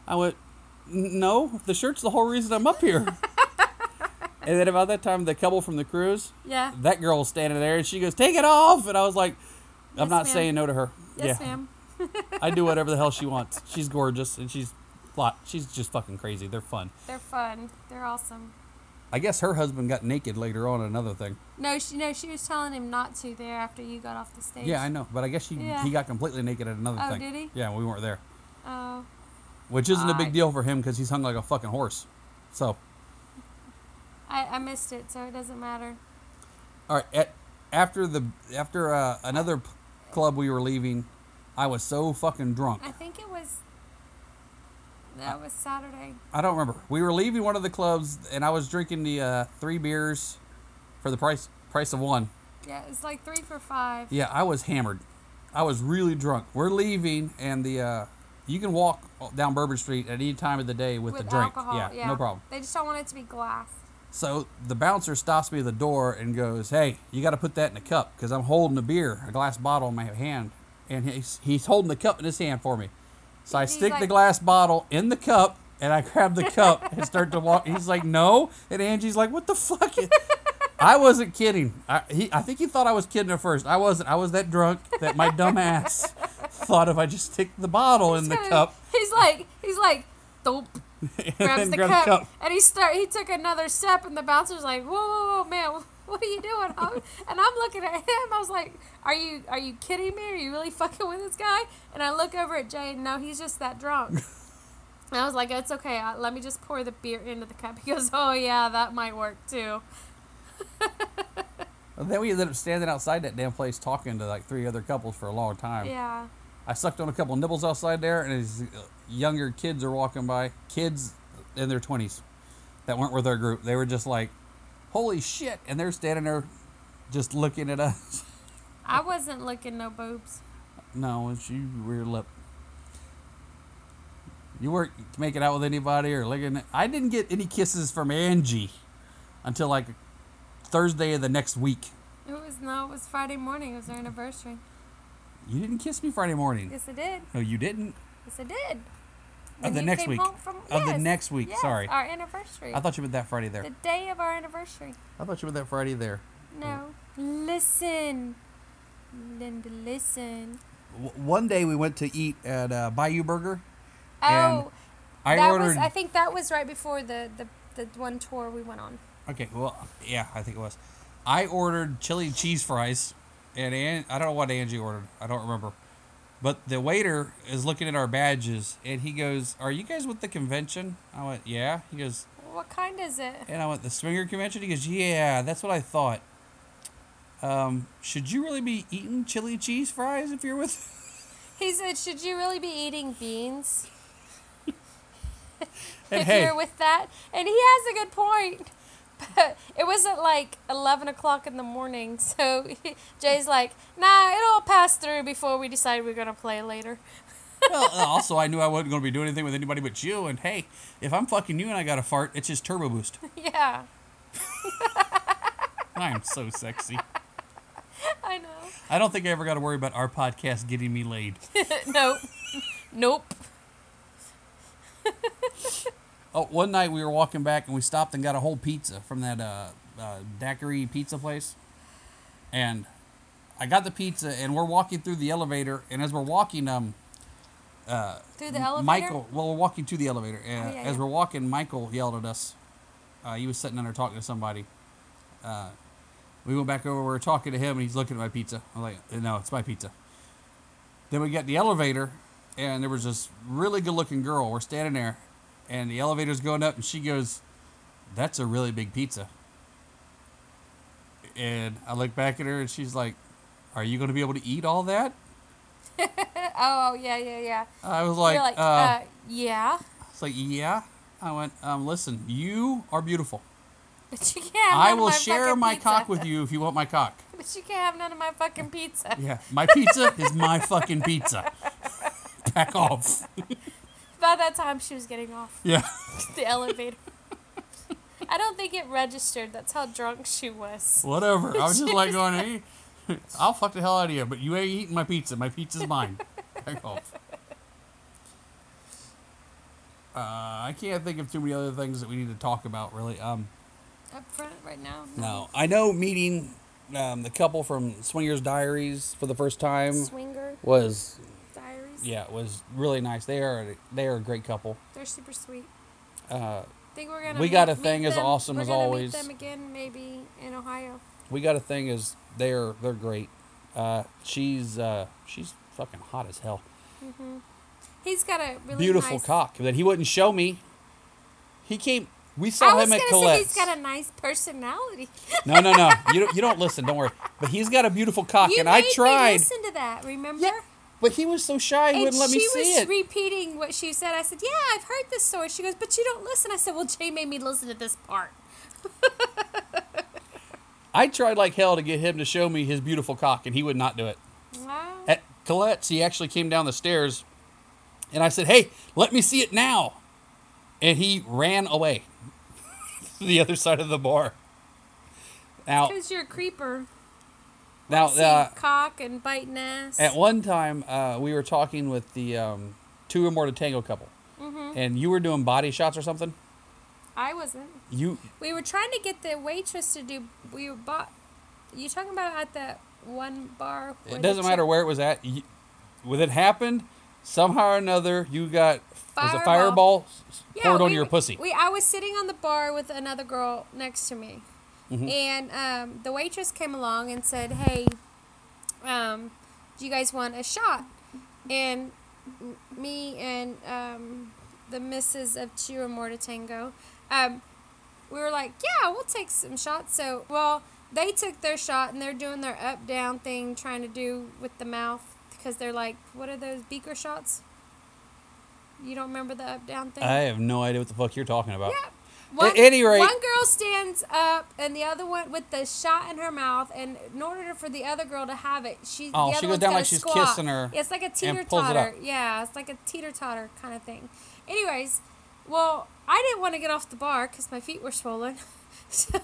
I went, "N- "No, the shirt's the whole reason I'm up here." and then about that time, the couple from the cruise, Yeah. that girl was standing there, and she goes, "Take it off," and I was like, "I'm Yes, not ma'am. saying no to her." Yes, yeah, ma'am. I do whatever the hell she wants. She's gorgeous, and she's lot. She's just fucking crazy. They're fun. They're fun. They're awesome. I guess her husband got naked later on. Another thing. No, she no, she was telling him not to there after you got off the stage. Yeah, I know, but I guess she Yeah. he got completely naked at another Oh, thing. did he? Yeah, we weren't there. Oh, which isn't a I- big deal for him because he's hung like a fucking horse. So, I, I missed it, so it doesn't matter. all right. At, after the after uh, another p- club we were leaving, I was so fucking drunk. I think it was. That was Saturday. I don't remember. We were leaving one of the clubs, and I was drinking the uh, three beers for the price price of one. Yeah, it's like three for five. Yeah, I was hammered. I was really drunk. We're leaving, and the uh, you can walk down Bourbon Street at any time of the day with, with the drink. alcohol. yeah, no problem. They just don't want it to be glass. So the bouncer stops me at the door and goes, "Hey, you got to put that in a cup because I'm holding a beer, a glass bottle in my hand, and he's he's holding the cup in his hand for me." So I He's stick the like- glass bottle in the cup and I grab the cup and start to walk. He's like, "No," and Angie's like, "What the fuck?" I wasn't kidding. I he, I think he thought I was kidding at first. I wasn't. I was that drunk that my dumb ass thought if I just stick the bottle in the cup, He's like, he's like, dope. and Grabs then the, grab the cup, cup. and he start. He took another step, and the bouncer's like, "Whoa, whoa, whoa, man, what are you doing?" I'm- and I'm looking at him. I was like, "Are you, are you kidding me? Are you really fucking with this guy?" And I look over at Jay, and no, he's just that drunk. And I was like, "It's okay. I, let me just pour the beer into the cup." He goes, "Oh yeah, that might work too." And then we ended up standing outside that damn place talking to like three other couples for a long time. Yeah. I sucked on a couple nibbles outside there, and these uh, younger kids are walking by, kids in their 20s that weren't with our group. They were just like, holy shit. And they're standing there just looking at us. I wasn't looking no boobs. No, it's you rear lip. You weren't making out with anybody or licking. it. I didn't get any kisses from Angie until like Thursday of the next week. It was no. It was Friday morning. It was our anniversary. You didn't kiss me Friday morning. Yes, I did. No, you didn't. Yes, I did. Of When the you next came week. home from- Of the yes, next week. yes, Sorry. Our anniversary. I thought you meant that Friday there. the day of our anniversary. I thought you meant that Friday there. No. Hmm. Listen. Linda, listen. W- one day we went to eat at uh, Bayou Burger. And Oh, I that ordered. was. I think that was right before the, the the one tour we went on. Okay, well, yeah, I think it was. I ordered chili cheese fries, and An- I don't know what Angie ordered. I don't remember. But the waiter is looking at our badges, and he goes, "Are you guys with the convention?" I went, "Yeah." He goes, What kind is it? and I went, "The swinger convention." He goes, "Yeah, that's what I thought." Um, should you really be eating chili cheese fries if you're with? He said, "Should you really be eating beans And if hey, you're with that?" And he has a good point. But it wasn't like eleven o'clock in the morning, so Jay's like, "Nah, it'll all pass through before we decide we're gonna play later." well, also I knew I wasn't going to be doing anything with anybody but you. And hey, if I'm fucking you and I got a fart, it's just turbo boost. yeah, I'm so sexy. I know. I don't think I ever got to worry about our podcast getting me laid. nope, nope. Oh, one night we were walking back and we stopped and got a whole pizza from that uh, uh, daiquiri pizza place. And I got the pizza and we're walking through the elevator. And as we're walking, um, Through the elevator. Oh, Michael, well, we're walking to the elevator. And yeah, as yeah. we're walking, Michael yelled at us. Uh, he was sitting in there talking to somebody. Uh, we went back over, we were talking to him, and he's looking at my pizza. I'm like, no, it's my pizza. Then we got in the elevator, and there was this really good looking girl. We're standing there, and the elevator's going up, and she goes, That's a really big pizza. And I look back at her, and she's like, Are you going to be able to eat all that? Oh yeah, yeah, yeah. I was like, You're like, uh, uh, yeah, It's like, yeah. I went, um, listen, you are beautiful. but you can't. Have I none will of my share fucking my pizza. cock with you if you want my cock. But you can't have none of my fucking pizza. Yeah. My pizza is my fucking pizza. Back off. By that time, she was getting off Yeah. the elevator. I don't think it registered. That's how drunk she was. Whatever. I was just like going, hey, I'll fuck the hell out of you, but you ain't eating my pizza. My pizza's mine. Back off. Uh, I can't think of too many other things that we need to talk about, really. Um, Up front right now. no, I know meeting um, the couple from Swingers Diaries for the first time Swinger was Diaries. Um, yeah, it was really nice. They are they are a great couple. They're super sweet. Uh, Think we're gonna. We got meet- a thing meet as them- awesome we're as gonna always. Meet them again, maybe in Ohio. we got a thing is they're they're great. Uh, she's uh, she's fucking hot as hell. He's got a really Beautiful nice, cock that he wouldn't show me. He came. We saw I was him at gonna say Colette's. he's got a nice personality. no, no, no. You don't, you don't listen. Don't worry. But he's got a beautiful cock, you and made I me tried. listen to that. Remember? Yeah, but he was so shy. He And wouldn't let me she see was it. repeating what she said. I said, "Yeah, I've heard this story." She goes, "But you don't listen." I said, "Well, Jay made me listen to this part." I tried like hell to get him to show me his beautiful cock, and he would not do it. Wow. at Colette's, he actually came down the stairs, and I said, "Hey, let me see it now," and he ran away to the other side of the bar. Now, Because you're a creeper. now, See uh, cock and biting ass. at one time, uh, we were talking with the um, two or more to tango couple, Mm-hmm. and you were doing body shots or something. I wasn't. You, We were trying to get the waitress to do. We were bought. You talking about at that one bar? where it the doesn't matter chick- where it was at. You, when it happened, somehow or another, you got was a Fireball. fireball s- poured on we- your pussy. We, I was sitting on the bar with another girl next to me, Mm-hmm. and um, the waitress came along and said, "Hey, um, do you guys want a shot?" And m- me and um, the missus of Chira Mortatango, um, we were like, "Yeah, we'll take some shots." So, well, they took their shot and they're doing their up down thing, trying to do with the mouth because they're like, "What are those beaker shots?" You don't remember the up down thing? I have no idea what the fuck you're talking about. Yeah. One, At any rate- one girl stands up and the other one with the shot in her mouth, and in order for the other girl to have it, she Oh, the she other goes one's down gotta like she's squat. kissing her Yeah, it's like a teeter and pulls it totter. up. Yeah, it's like a teeter totter kind of thing. Anyways, well, I didn't want to get off the bar because my feet were swollen, so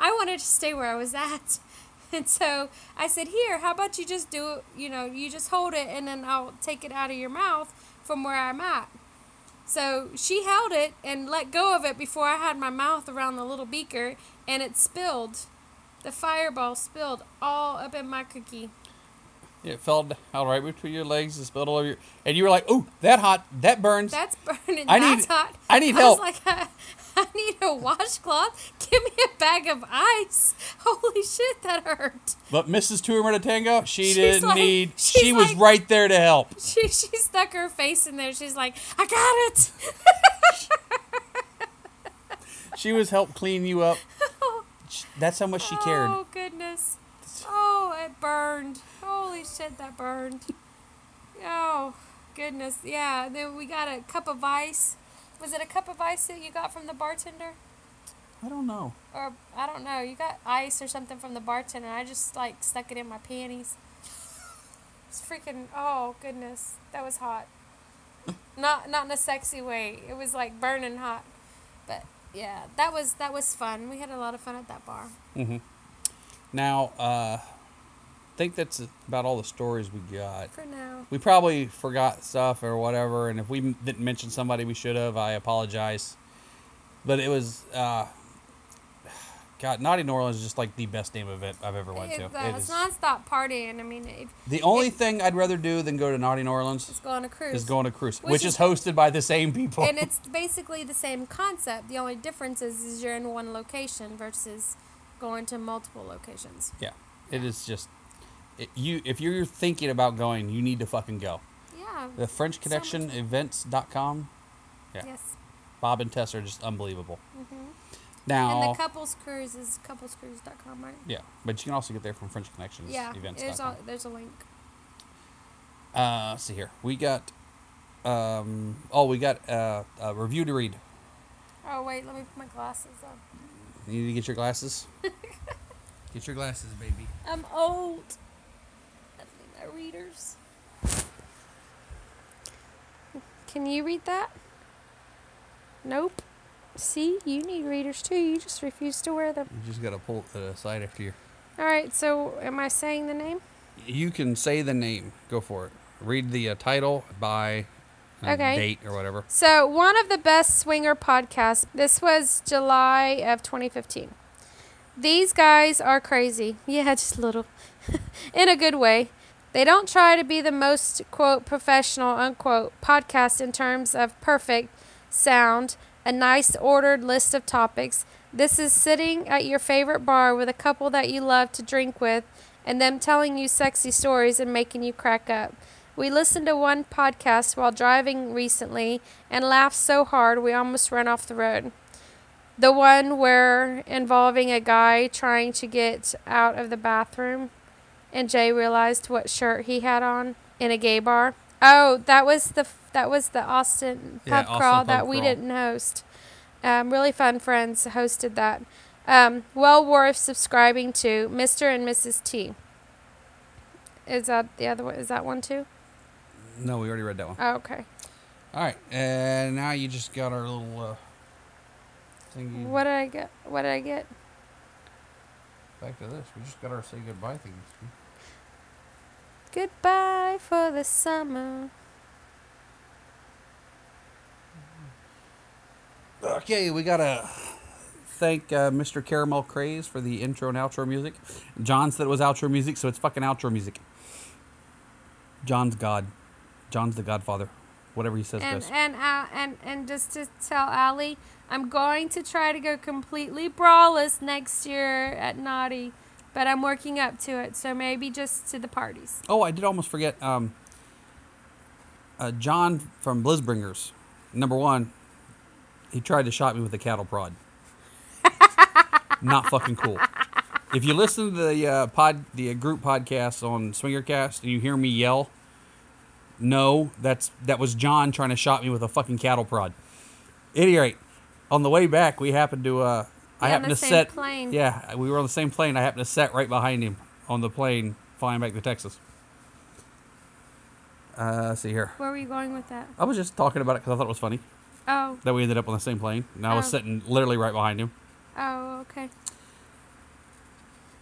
I wanted to stay where I was at. And so I said, "Here, how about you just do it? You know, you just hold it, and then I'll take it out of your mouth from where I'm at." So she held it and let go of it before I had my mouth around the little beaker, and it spilled. The fireball spilled all up in my cookie. It fell out right between your legs. It spilled all over your. And you were like, "Ooh, that hot. That burns." That's burning. I That's need- hot. I need was help. like, I, I need a washcloth. Give me a bag of ice. Holy shit, that hurt. but Mrs. Tumor to Tango, she She's didn't like- need. she's She was like- right there to help. She she stuck her face in there. She's like, I got it. She was help clean you up. Sh- That's how much she cared. Oh goodness. Oh, it burned. Holy shit, that burned. Oh goodness, yeah. Then we got a cup of ice. Was it a cup of ice that you got from the bartender? I don't know. Or I don't know. You got ice or something from the bartender. I just like stuck it in my panties. It's freaking. Oh goodness, that was hot. Not not in a sexy way. It was like burning hot. But yeah, that was that was fun. We had a lot of fun at that bar. Now, uh, I think that's about all the stories we got. For now. We probably forgot stuff or whatever, and if we m- didn't mention somebody we should have, I apologize. But it was, uh, God, Naughty New Orleans is just like the best damn event I've ever went It- to. uh, It it's is nonstop partying. I mean, if the only thing I'd rather do than go to Naughty New Orleans it's going to cruise. is go on a cruise, Which which is- is hosted by the same people. and it's basically the same concept. The only difference is, is you're in one location versus going to multiple locations. yeah, it is just it, you. If you're thinking about going, you need to fucking go. Yeah. The French much Connection Events.com. Yeah. Yes. Bob and Tess are just unbelievable. hmm Now, And the couples cruise is couplescruise.com, right? yeah, but you can also get there from French Connections Yeah. Events. There's a, there's a link. Uh, let's see here. We got, um, oh, we got uh, a review to read. Oh wait, let me put my glasses on. You need to get your glasses. get your glasses, baby. I'm old. I need my readers. Can you read that? Nope. See, you need readers too. You just refuse to wear them. You just gotta pull it to the side after you. All right. So, am I saying the name? You can say the name. Go for it. Read the uh, title by uh, Okay. date or whatever. So, one of the best swinger podcasts. This was July of 2015. These guys are crazy. Yeah, just a little. In a good way. They don't try to be the most, quote, professional, unquote, podcast in terms of perfect sound, a nice ordered list of topics. This is sitting at your favorite bar with a couple that you love to drink with and them telling you sexy stories and making you crack up. We listened to one podcast while driving recently and laughed so hard we almost ran off the road. The one where involving a guy trying to get out of the bathroom and Jay realized what shirt he had on in a gay bar. Oh, that was the that was the Austin Yeah, pub Austin crawl pub that we crawl. didn't host. Um, really fun friends hosted that. Um, well worth subscribing to Mr. and Mrs. T. Is that the other one? Is that one too? No, we already read that one. Oh, okay. All right, and now you just got our little uh, thingy. What did I get? What did I get? Back to this. We just got our say goodbye thing. Goodbye for the summer. Okay, we gotta thank uh, Mr. Caramel Craze for the intro and outro music. John said it was outro music, so it's fucking outro music. John's God. John's the Godfather. Whatever he says And goes. and uh, and and just to tell Allie, I'm going to try to go completely brawless next year at Naughty, but I'm working up to it. So maybe just to the parties. Oh, I did almost forget. Um, uh, John from Blizzbringers. Number one, he tried to shot me with a cattle prod. Not fucking cool. If you listen to the uh, pod, the uh, group podcast on Swingercast, and you hear me yell, no, that's that was John trying to shot me with a fucking cattle prod. At any rate, on the way back, we happened to. Uh, I Yeah, on happened the to same set. plane. Yeah, we were on the same plane. I happened to set right behind him on the plane flying back to Texas. Uh, let's see here. Where were you going with that? I was just talking about it because I thought it was funny Oh, that we ended up on the same plane, and I was Oh. sitting literally right behind him. oh, okay.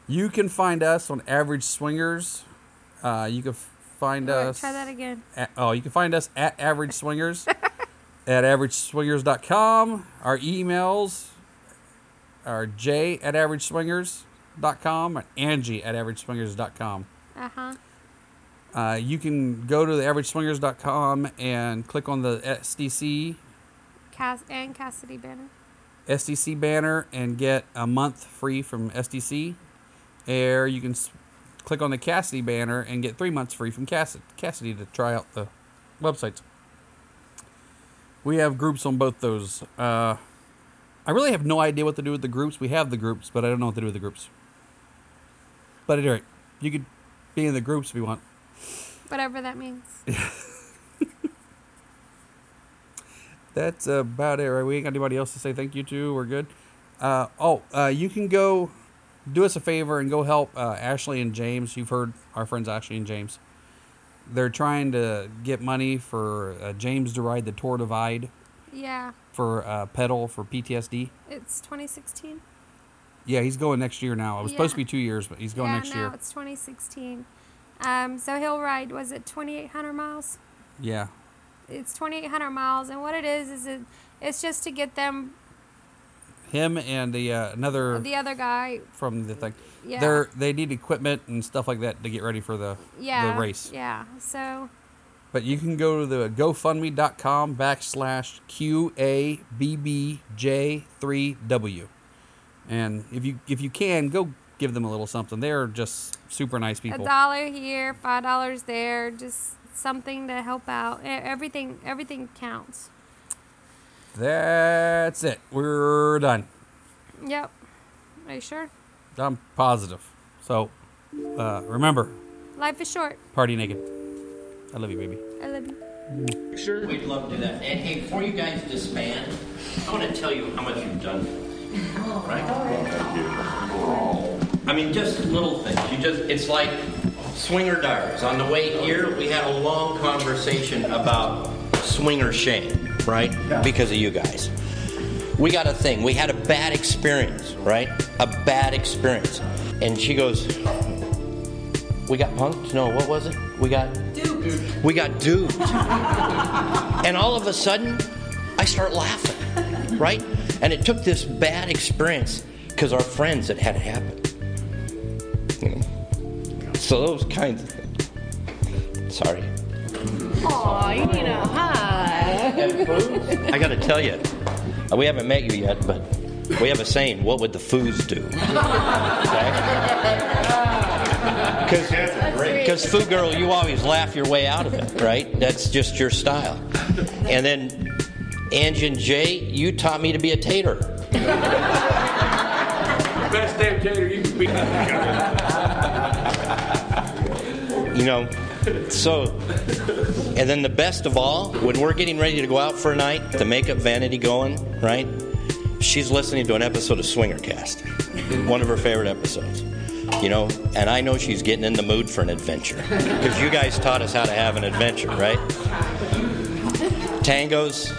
You can find us on Average Swingers. Uh, you can f- find Wait, us. try that again. at- oh, you can find us at Average Swingers at averageswingers.com. Our emails are j at averageswingers.com and angie at averageswingers.com. Uh huh. Uh, you can go to the averageswingers.com and click on the SDC Cass and Cassidy Banner. SDC banner and get a month free from SDC. Or you can s- click on the Cassidy banner and get three months free from Cassidy, Cassidy to try out the websites. We have groups on both those. Uh, I really have no idea what to do with the groups. We have the groups, but I don't know what to do with the groups. But at any rate, you could be in the groups if you want. Whatever that means. That's about it, right? We ain't got anybody else to say thank you to. We're good. Uh, oh, uh, you can go do us a favor and go help uh, Ashley and James. You've heard our friends Ashley and James. They're trying to get money for uh, James to ride the Tour Divide Yeah. for uh, pedal for PTSD. It's 2016. Yeah, he's going next year now. It was supposed to be Yeah. two years, but he's going yeah, next now year. it's 2016. Um, so he'll ride. Was it 2,800 miles? Yeah, It's 2,800 miles, and what it is is it, it's just to get them him and the uh, another Oh, the other guy. from the thing. Yeah. They're they need equipment and stuff like that to get ready for the Yeah. the race. Yeah. So But you can go to the GoFundMe.com backslash QABBJ3W, and if you if you can, go give them a little something. They're just super nice a people. dollar here, five dollars there, just something to help out. E- Everything, everything counts. That's it. We're done. Yep. Are you sure? I'm positive. So uh, remember, Life is short. party naked. I love you, baby. I love you. Sure. We'd love to do that. And hey, before you guys disband, I want to tell you how much you've done. Oh, Right? I mean, just little things. You just, it's like swinger diaries. On the way here, we had a long conversation about swinger shame, right? Because of you guys. We got a thing. We had a bad experience, right? A bad experience. And she goes, We got punked? No, what was it? We got. Duped. We got duped. And all of a sudden, I start laughing, right? And it took this bad experience because our friends had had it happen. You know? So those kinds of things. Sorry. Aw, you need a hug. I gotta tell you, we haven't met you yet, but we have a saying what would the foos do? Because Foo Girl, you always laugh your way out of it, right? That's just your style. And then Angie and Jay, you taught me to be a tater. Best damn tater you can be. you know so and then the best of all when we're getting ready to go out for a night the makeup vanity going right she's listening to an episode of swinger cast one of her favorite episodes you know and i know she's getting in the mood for an adventure because you guys taught us how to have an adventure right tangos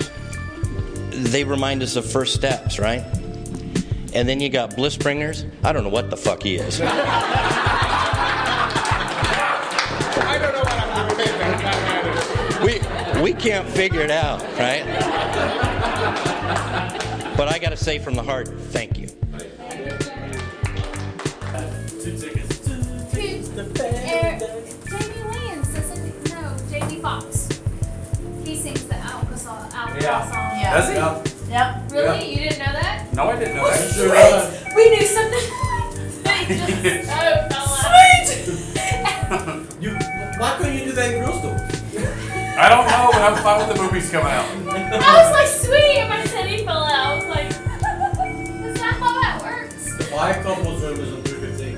they remind us of first steps right and then you got bliss bringers i don't know what the fuck he is I don't know what I'm doing. we we can't figure it out, right? But I got to say from the heart, thank you. Jamie Lance doesn't no Jamie Fox. He sings the alcohol alcohol song. Yeah. Does he? Yep. Really? You didn't know that? No, I didn't know that. We knew something. Oh, You, why couldn't you do that in girls' school? I don't know, but I'm fine with the movies coming out. I was like, sweet, and my teddy fell out. I was like, That's not how that works. Five couples room is a perfect thing.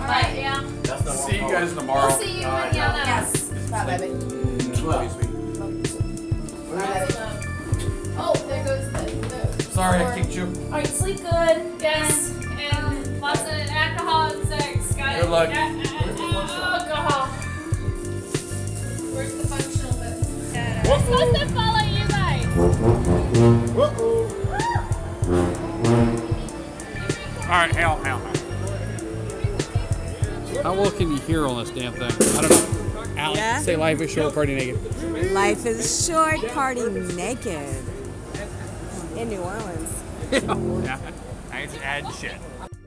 All right. Yeah. That's not See you guys We'll Oh, tomorrow. see you when y'all know. yes. Bye, baby. Well, Oh, there goes the. the Sorry, Or- I kicked you. All right, sleep good. Yes, and lots of alcohol and sex, guys. Good luck. A- a- a- alcohol. Where's the functional bit? I'm supposed to follow you guys. All right, hell, hell, hell. How well can you hear on this damn thing? I don't know. Alex, Yeah? say life is short, party naked. Life is short, party naked. In New Orleans. Yeah. I had shit.